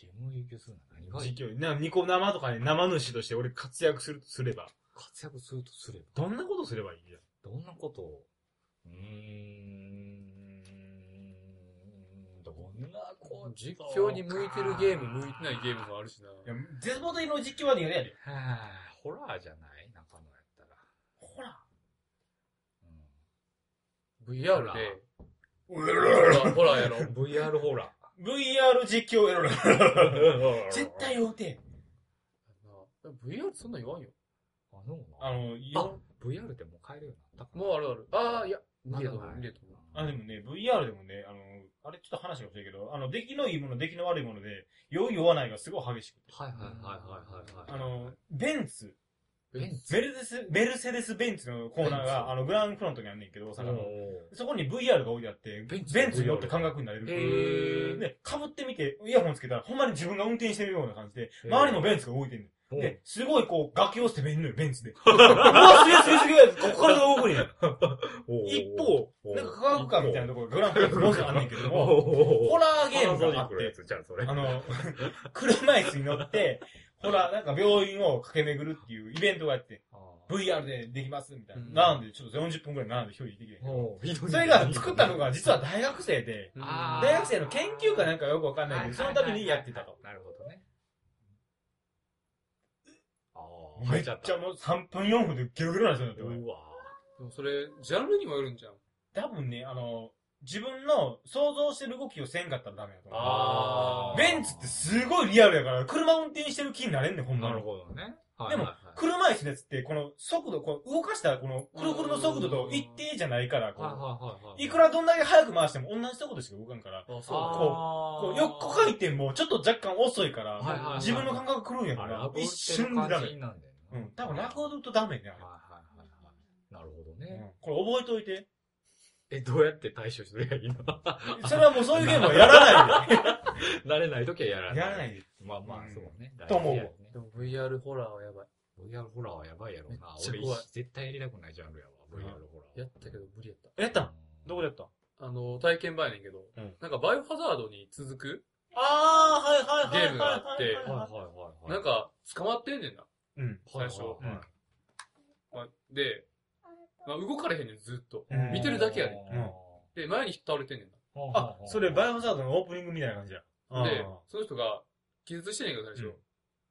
S3: 自分を有給するのは何がいい
S1: 実況。な、ニコ生とかで生主として俺活躍するとすれば、
S3: 活躍するとすれば。
S1: どんなことすればいいや
S3: どんなことをうーん、どんなこと
S2: 実況に向いてるゲーム、向いてないゲームもあるしな。
S1: いや、絶望的の実況は苦手やで。
S3: はあ、ホラーじゃない中野やったら。
S1: ほら。
S2: VR で、
S1: う
S2: ほらやろ。
S3: うん、VR ホラ
S1: VR 実況やろ。 *laughs*
S3: ー。
S1: 酔うて。
S2: な VR そんな言わんよ。
S3: あの
S1: あの、
S3: あ
S1: よ、、
S3: VR ってもう買えるようになった
S2: もうあるある。ああ、いや、
S3: ま
S2: 無理
S3: だ
S2: だと
S3: ない
S2: 思う、無理だと思う。
S1: あ、でもね、VR でもね、あの、あれちょっと話が遅いけど、あの、出来のいいもの、出来の悪いもので、酔い酔わないがすごい激しくて。
S3: はいはいはいはいはいはい。
S1: あの、、ベンツ、
S3: ベンツ
S1: メルセス、メルセデス・ベンツのコーナー
S3: ベンツ
S1: が、あの、グランフロントにあんねんけど、大阪
S3: の
S1: の。そこに VR が置いてあって、ベ
S3: ベン
S1: ン
S3: ツ
S1: ツに乗った感覚になれ
S3: へ
S1: る。
S3: ー。
S1: で、被ってみて、イヤホンつけたら、ほんまに自分が運転してるような感じで、周りのベンツが動いてんね
S3: お
S1: ん。
S3: う、
S1: で、すごいこう、崖を攻めんのよ、ベンツで。うわ、すげえすげえすげえ、ここから動くねん。*laughs*
S3: おう
S1: 一、方、なんか科学館みたいなところ、グランプリの文字があんねんけど
S3: *laughs*
S1: も、
S3: ホ
S1: ホラーゲームがあ
S3: が
S1: っ
S3: 来るや
S1: て、
S3: つじゃん、それ。
S1: あの、 *laughs* 車椅子に乗って、ほら、なんか病院を駆け巡るっていうイベントがあって、VR でできます、みたい
S2: うん
S1: な。なんで、ちょっと40分くらいなんで一人でできる。
S3: もうひどい
S1: それが作ったのが実は大学生で、
S3: あー
S1: 大学生の研究かなんかよくわかんない
S3: は
S1: け
S3: い
S1: ど、そのためにやってたと。
S3: なるほどね。ああ、
S1: めっちゃもう3分4分でゲロゲロなんですよだって俺
S3: うわ
S2: でもそれ、ジャンルにもよるんじゃん。
S1: 多分ね、あの、自分の想像してる動きをせんかったらダメだと思
S2: あ
S3: ー
S1: う。ベンツってすごいリアルやから、車運転してる気になれんねん、ほんま
S3: な
S1: に
S3: る。ほどね。
S1: でも車椅子のやつって、この速度、こう動かしたらこの、くるくるの速度と一定じゃないから、こう
S3: はい
S1: くらどんだけ速く回しても同じ速度しか動かんから、
S2: あ、
S1: あこう横回
S3: い
S1: 転もちょっと若干遅いか
S3: はいはい
S1: ら、
S3: はい
S1: 自分の感覚狂うんやか
S3: あれ
S1: ら
S3: ラ、ブ
S1: 一瞬でダメ。
S3: なんだよ
S1: う
S3: な。
S1: ん。多分落
S3: はい
S1: 語で言うとダメね、あれ
S3: はいはいはい。なるほど
S1: う
S3: ね。
S1: んこれ覚えておいて。
S3: え、どうやって対処すればいいの
S1: それはもうそういうゲームはやらない
S3: 慣れないとき *laughs* はやらな
S1: で。
S3: い。
S1: やらないで。
S3: まあまあ、そうね。
S1: と思う
S3: 大事やね
S2: でも VR ホラーはやばい。
S3: VR ホラーはやばいやろうな
S2: めっ。ちゃ
S3: 俺
S2: 怖い、
S3: 絶対やりたくないジャンルやわ、VR ホラー。
S2: やったけど無理やっ
S1: やったん
S3: うん
S1: どこでやったん
S2: た。あの、体験場やねんけど
S1: うん、
S2: なんかバイオハザードに続く、
S1: あー、はいはいはいはい。
S2: ゲームがあって
S1: はい
S3: は
S1: は
S3: いはい
S1: い
S3: はいはい。
S2: なん、か、捕まってんねんな。
S1: うん。
S2: 最初
S3: はいはいはい
S2: まあで、まあ動かれへんねん、ずっと。
S1: うん
S2: 見てるだけやね
S3: ね
S1: うん
S2: で、前に倒れてんねん
S1: あ、それ、バイオハザードのオープニングみたいな感じや。
S2: な。で
S1: あ、
S2: その人が、気絶してんねんけど、最
S1: うん
S2: 初。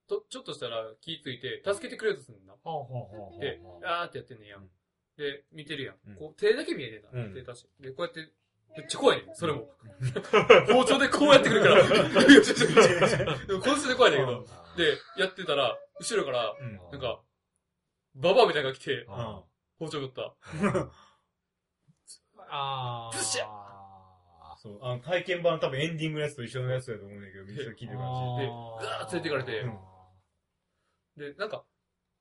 S2: と、ちょっとしたら気ついて、助けてくれようとすんねんな。
S3: ほうほうほうほう
S2: で、あーってやってんねんや
S1: うん
S2: ん。で、見てるや
S1: うん
S2: ん。こう、手だけ見えてた。
S1: うん
S2: 手出して。で、こうやって、めっちゃ怖いねん、それも。
S4: う
S2: 包丁でこうやってく
S1: *laughs*
S2: るから。いやちょちょちょちょでもこの人で怖いんだけ
S1: う
S2: ど。
S3: あー、
S2: で、やってたら、後ろから、
S1: うん。うん
S2: なんか、ババアみたいなのが来て、
S3: あ
S2: 包丁持った。
S3: ー、あー。
S2: ずっしゃ
S1: そう、あの、体験版の多分エンディングのやつと一緒のやつだと思うんだけど、みんな聞いてる感
S2: で
S3: あ
S2: ガーッ連れてかれて
S3: うん
S2: で、なんか、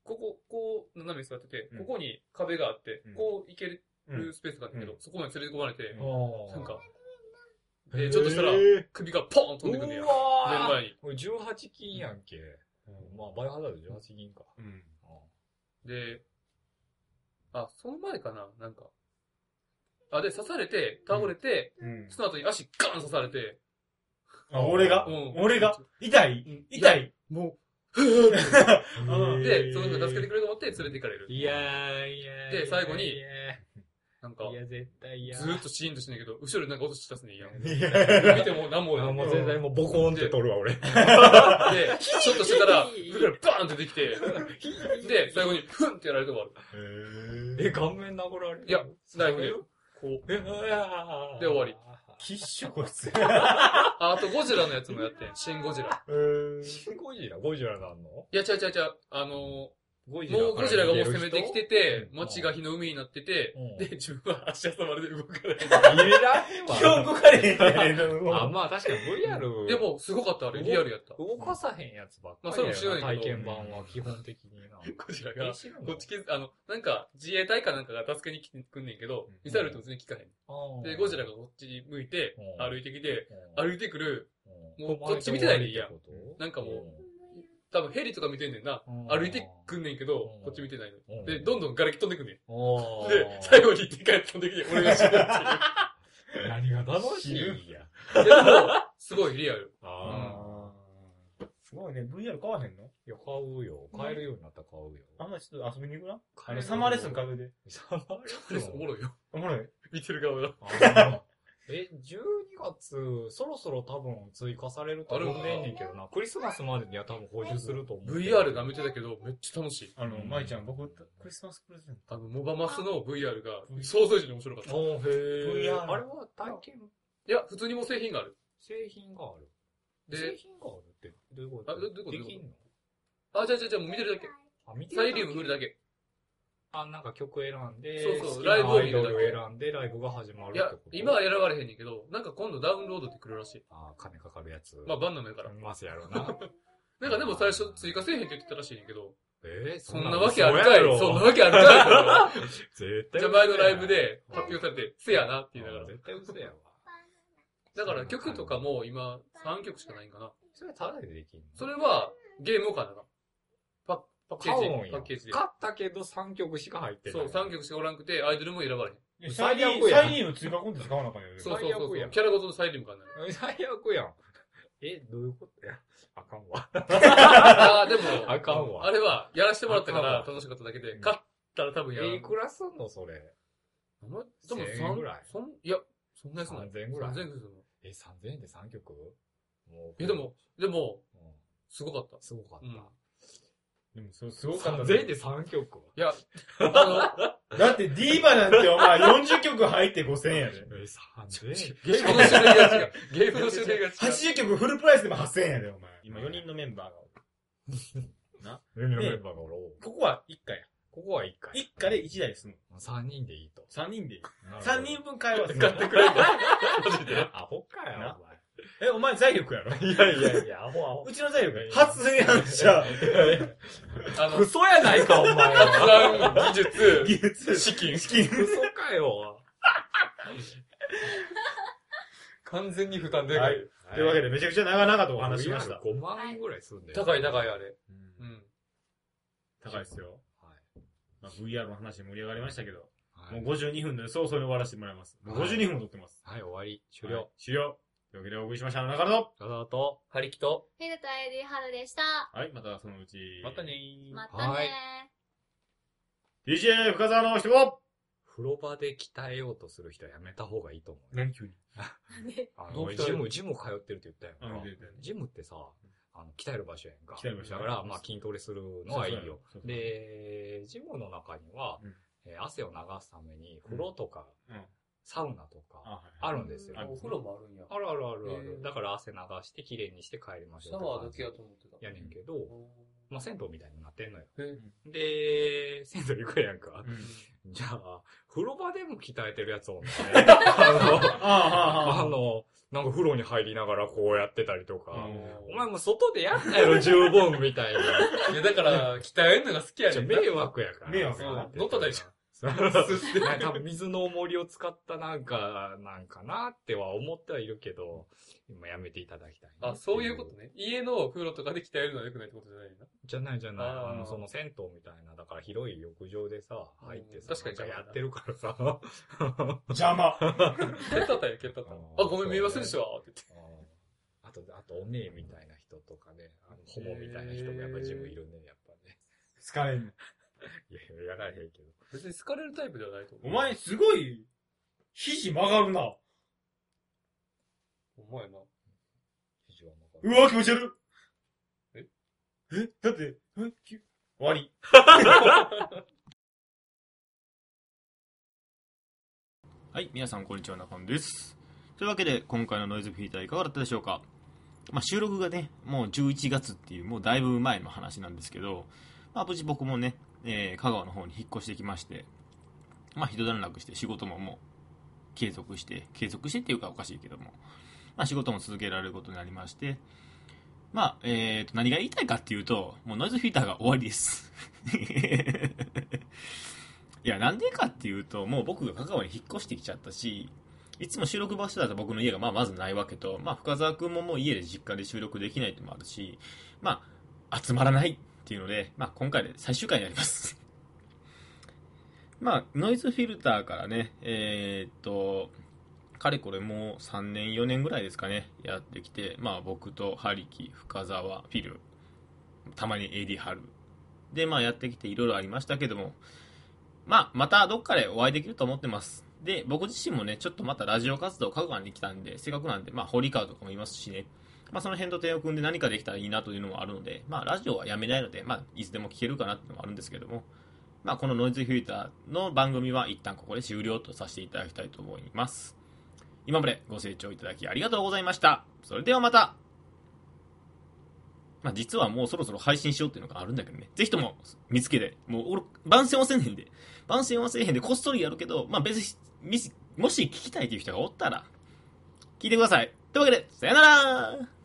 S2: ここ、こう、斜めに座ってて
S1: う、ん
S2: ここに壁があって
S1: うん、
S2: こう行ける
S1: じ。うん
S2: スペースがあるんだけ
S1: う
S2: ど、そこまで連れてこられて、
S3: おー
S2: なんか、
S3: へー
S2: で、ちょっとしたら
S3: う、わ
S2: 首がポーン飛んでくんねや。目の
S3: ー
S2: 前に。
S3: これ18金やんけ。まあ、バイオハザード18金か。
S1: うん。
S2: で、あ、その前かななんか。あ、で、刺されて、倒れて、
S1: うん。
S2: その後に足ガーン刺されて、
S1: あ、俺が
S2: うん
S1: 俺が痛い
S2: うん
S1: 痛い
S2: も
S1: うん
S2: う、で、その人が助けてくれると思って連れて行かれる。
S3: いやー、いやー。
S2: で最後に
S3: いや
S2: なんか
S3: ー、い、や、絶対いや。
S2: ずーっとシーンとしてんだけど、後ろになんか音し出すねんや。
S1: いや
S2: 見ても何も
S3: あ、もう
S2: で、
S3: 絶対もうボコーンって取るわ、俺。
S2: ちょっとしてたら、袋がバーンって出てきて、で、最後に、フンってやられるとこあ
S3: *laughs* え、顔面殴られる
S2: いや、ナイフで
S3: こう。え、あー
S2: で終わり。
S1: きっしょ、こいつ。
S2: る。あ、あとゴジラのやつもやってん、シンゴジラ。
S3: シンゴジラゴジラなんの
S2: いや、ちゃうちゃうちゃう、あの
S3: ゴ
S2: ー、もうゴジラがもう攻めてきてて、
S3: うん
S2: 街が火の海になってて
S3: うん、
S2: で、自分は足挟まれて動かない。
S3: 入れられん
S1: 基
S3: わ
S1: 本動かれへんねんけ
S2: *laughs*
S1: ど。
S3: あ、まあ確かに VR。
S2: で、も、すごかった、あれ、リアルやった。
S3: 動かさへんやつばっか
S2: まあ
S3: り
S2: それ
S3: や
S2: も
S3: な。
S2: 白いけど
S3: 体験版は基本的にな。
S2: ゴジラ
S3: え
S2: が、
S3: 知らんの
S2: こっち気づあの、なんか、自衛隊かなんかが助けに来てくんねんけど
S1: うん、
S2: ミサイルと別に効かへん。
S3: あー
S2: で、ゴジラがこっち向いて
S3: う、ん
S2: 歩いてきて、
S3: うん
S2: 歩いてくる、
S3: ん
S2: もうこっち見てないでいいやん
S3: ここ
S2: なんかもうん多分ヘリとか見てんねんな。
S3: うん
S2: 歩いてくんねんけど
S3: うん、
S2: こっち見てないの。
S3: うん
S2: で、どんどん瓦礫飛んでくんねん。
S3: おー
S2: で、最後にでかいやつ飛んできて、俺が死ぬって
S3: 何が楽しいんや。
S2: *laughs* いう。でも、すごいリアル。
S3: あ
S1: あーすごいね、VR 買わへんの
S3: ーいや、買うよ。買えるようになったら買うよ。
S1: あんまりちょっと遊びに行くなあ
S3: 買え
S1: の、
S3: る
S1: サマーレッスン壁で。
S3: サマーレッスン
S2: おもろいよ。
S1: おもろい。
S2: 見てる側が。
S3: あーえ、12月、そろそろ多分追加されると思うねんねんけどな。クリスマスまでには多分補充すると思う。
S2: VR 舐めてたけど、めっちゃ楽しい。
S1: あの、
S3: うん
S1: 舞ちゃん、僕、クリスマスプレゼント。
S2: あの、モバマスの VR が、想像以上に面白かった。い
S3: おーへ
S1: VR
S3: ー。あれは体験、
S2: や、普通にもう製品がある。
S3: 製品がある。
S2: で
S3: 製品があるって、どういうこ
S2: あど
S3: と
S2: どういうこと
S3: できんの
S2: あ、じゃあじゃあじゃあもう見てるだけ。
S3: あ、見て
S2: サ
S3: る
S2: イリウム振るだけ。
S3: あ、なんか曲選んで、
S2: そうそう
S3: 好きな
S2: ライブを
S3: ア
S2: 見
S3: イ
S2: る
S3: ド
S2: だけ
S3: ル選んで、ライブが始まるっ
S2: い
S3: て
S2: や
S3: こと、
S2: 今は選ばれへんねんけど、なんか今度ダウンロードってくるらしい。
S3: あー金かかるやつ。
S2: まあ、バンナムやから。
S3: 見ますや
S2: *laughs*
S3: ろな。
S2: なんかでも最初追加せえへんって言ってたらしいねんけど、
S3: えー、
S2: そんなわけある
S3: 嘘
S2: か
S3: やろ
S2: いそんなわけあるかい
S3: 絶
S2: じ
S3: 対
S2: ゃあ
S3: 嘘やん。
S2: 前のライブで発表されて、せやなって言いなが
S3: あ
S2: ら
S3: ー。絶対嘘やわ。
S2: だから曲とかも今3曲しかないんかな。
S3: それタダでできんの
S2: それはゲームを買うな。パッ、パッケ
S3: 買う
S2: ー
S3: んや
S2: ジ、パッケージで。
S3: 買ったけど3曲しか入ってない。
S2: そう、3曲しかおらんくて、アイドルも選ばれへ
S1: い
S2: ん。
S1: やサイ
S3: 最
S1: リ
S3: 悪
S1: ウム、
S3: やん
S1: サイリウム追加コンテンツ買わなあかんよ。でも
S2: そうそうそうそ
S3: 最悪や
S2: う。キャラごとのサイリウムからなる。
S3: 最悪やん。え、どういうことや。あかんわ。
S2: ああ、でも、
S3: あかんわ
S2: あれは、やらしてもらったか
S3: あからんわ
S2: 楽しかっただけ
S1: う
S2: で
S1: ん、
S2: 買ったら多分やらん
S3: え、いくらすんのそれ。
S2: お前でも
S3: 1000
S2: 3
S3: ぐらい
S2: そん、いや、そんなやつない。
S3: 3000ぐらい
S2: 3000するの。
S3: え、3000円で3曲もう。
S2: え、でも、でも、
S3: うん、
S2: すごかった。
S3: すごかっ
S2: うん
S3: た。
S1: でも、そう、すごかったね。
S3: 3000円で3曲
S2: いや、あ
S1: だって、ディーバなんてお前40曲入って5000円やで
S3: え、。3000円
S2: *laughs* の、ゲームの種類が違う。ゲームの種類が違う。
S1: 80曲フルプライスでも8000円やで、お前。今4人のメンバーが。
S3: メンバーがおろう。
S1: ここは1回や。
S3: ここは1回。
S1: 1回で1台ですもん。
S3: 3人でいいと。
S1: 3人で。
S3: なるほど
S1: 3人分会話する。
S2: 買ってくれんだ。
S3: *laughs* アホかよ、
S1: え、お前財力やろ
S3: お前。いやいやいや、アホアホ
S1: う。ちの財力発電やんじ
S3: *laughs*
S1: ゃあ。
S2: あの、
S3: クソやないか、お前は。
S2: 算、技術、
S1: 技術。資金。資金。
S3: クソかよ。
S2: 完全に負担でか。
S1: はいというわけで、めちゃくちゃ長々とお話ししました。
S3: 5万円ぐらいすんだよ。
S2: 高い高
S3: い。
S2: いあれ。うん。
S1: 高いですよ。
S3: は
S1: まあ、VR の話盛り上がりましたけど、
S3: い。はい
S1: もう52分で早々に終わらせてもらいます。もう
S3: はい
S1: 52分も撮ってます。
S3: はい、終わり。終
S1: はい
S3: 了。。
S1: 終了。というわけでお送りしました。中野と。
S3: ただと、
S2: 張り切と。
S4: ヘルタエディハルでした。
S1: はい、またそのうち。
S2: またね。
S4: またねー。
S1: DJ 深澤の一言
S3: 風呂場で鍛えようとする人はやめた方がいいと思う。
S1: 何急に
S4: *laughs* なんで
S3: あ
S2: どう鍛
S3: の、
S2: える
S3: ジム、ジム通ってるって言ったやん
S1: あ
S3: か
S1: 言ってたよね。
S3: ジムってさ、あの、鍛える場所やんか。
S1: 鍛える場所
S3: だから、まあ筋トレするのはいい
S1: そ
S3: よ。
S1: うそうそう
S3: で、ジムの中には
S1: うん、
S3: えー汗を流すために、風呂とか
S1: うん、
S3: サウナと
S1: あ、
S3: か、
S1: はい。
S3: あるんですよ
S1: あ。
S2: お風呂もあるんや。
S3: あるあるあるあ
S2: へ
S3: る。
S2: ー
S3: だから汗流して綺麗にして帰りまし
S2: シ
S3: ょ
S2: ャ
S3: う。
S2: ワーだけやと思ってた。
S3: やねんけど、
S2: ま
S3: まあ銭湯みたいになってんのよ。
S2: へ
S3: で、銭湯行くやんか。
S1: うん
S3: じゃあ、風呂場でも鍛えてるや
S1: *laughs*
S3: つおんのね。あの、
S1: あ
S3: あの、なんか風呂に入りながらこうやってたりとか。
S1: ああ
S3: お前もう外でやったやろ、十分
S2: *laughs*
S3: みたいな。
S2: いや、だから、鍛えるのが好きや
S3: じ
S2: ね
S3: ゃあ
S2: ん。
S3: 迷惑やから。
S1: 迷惑
S2: そう
S3: なて
S2: 乗ったでしょ。
S3: そうなんか多分水の重りを使ったなんか、なんかなっては思ってはいるけど、今やめていただきたいな
S2: あ、そういうことね。家のお風呂とかで鍛えるのは良くないってことじゃないな。
S3: じゃないじゃない。
S2: あー
S3: あの、その銭湯みたいな、だから広い浴場でさ、
S2: うん
S3: 入ってさ、
S2: 確かに
S3: なんやってるからさ。
S1: 邪魔。
S2: 蹴ったったんや、蹴ったったん。あ、ごめん、見えませんでしたわ。って言って。
S3: あと、あと、お姉みたいな人とかね、あのホモみたいな人もやっぱジムいるね、やっぱね。
S1: 疲れんの。
S3: いや、いややらへんけど。
S2: 別に好かれるタイプではないと思う。
S1: お前、すごい、肘曲がるな。
S2: お前な。 *laughs*
S3: 非常にわか
S1: う
S3: る
S1: わ、気持ち悪い
S2: え
S1: えだって、えき終わり。はい、皆さんこんにちは、中野です。というわけで、今回のノイズフィーターいかがだったでしょうかまあ、収録がね、もう11月っていう、もうだいぶ前の話なんですけど、まあ、無事僕もね、えー香川の方に引っ越してきまして、まあ、一段落して仕事ももう継続して、継続してっていうかおかしいけども、まあ、仕事も続けられることになりまして、まあ、えー、と、何が言いたいかっていうと、もうノイズフィーターが終わりです。いや、なんでかっていうと、もう僕が香川に引っ越してきちゃったし、いつも収録場所だと僕の家がまあまずないわけと、まあ深沢くんももう家で実家で収録できないってのもあるし、まあ集まらないっていうので、まあ今回で最終回になります。まあノイズフィルターからね、えー、っと、かれこれもう3年4年ぐらいですかねやってきてまあ僕とハリキ深沢フィルたまに AD ハルでまあやってきていろいろありましたけどもまあまたどっかでお会いできると思ってますで僕自身もねちょっとまたラジオ活動香川に来たんでせっかくなんでまあ堀川とかもいますしねまあその辺と手を組んで何かできたらいいなというのもあるのでまあラジオはやめないのでまあいつでも聞けるかなっていうのもあるんですけどもまあこのノイズフィルターの番組は一旦ここで終了とさせていただきたいと思います今までご清聴いただきありがとうございました。それではまた。まあ、実はもうそろそろ配信しようっていうのがあるんだけどね。ぜひとも見つけて、もう俺、番宣はせんへんで。番宣はせえへんで、こっそりやるけど、まあ別に、みもし聞きたいという人がおったら、聞いてください。というわけで、さよなら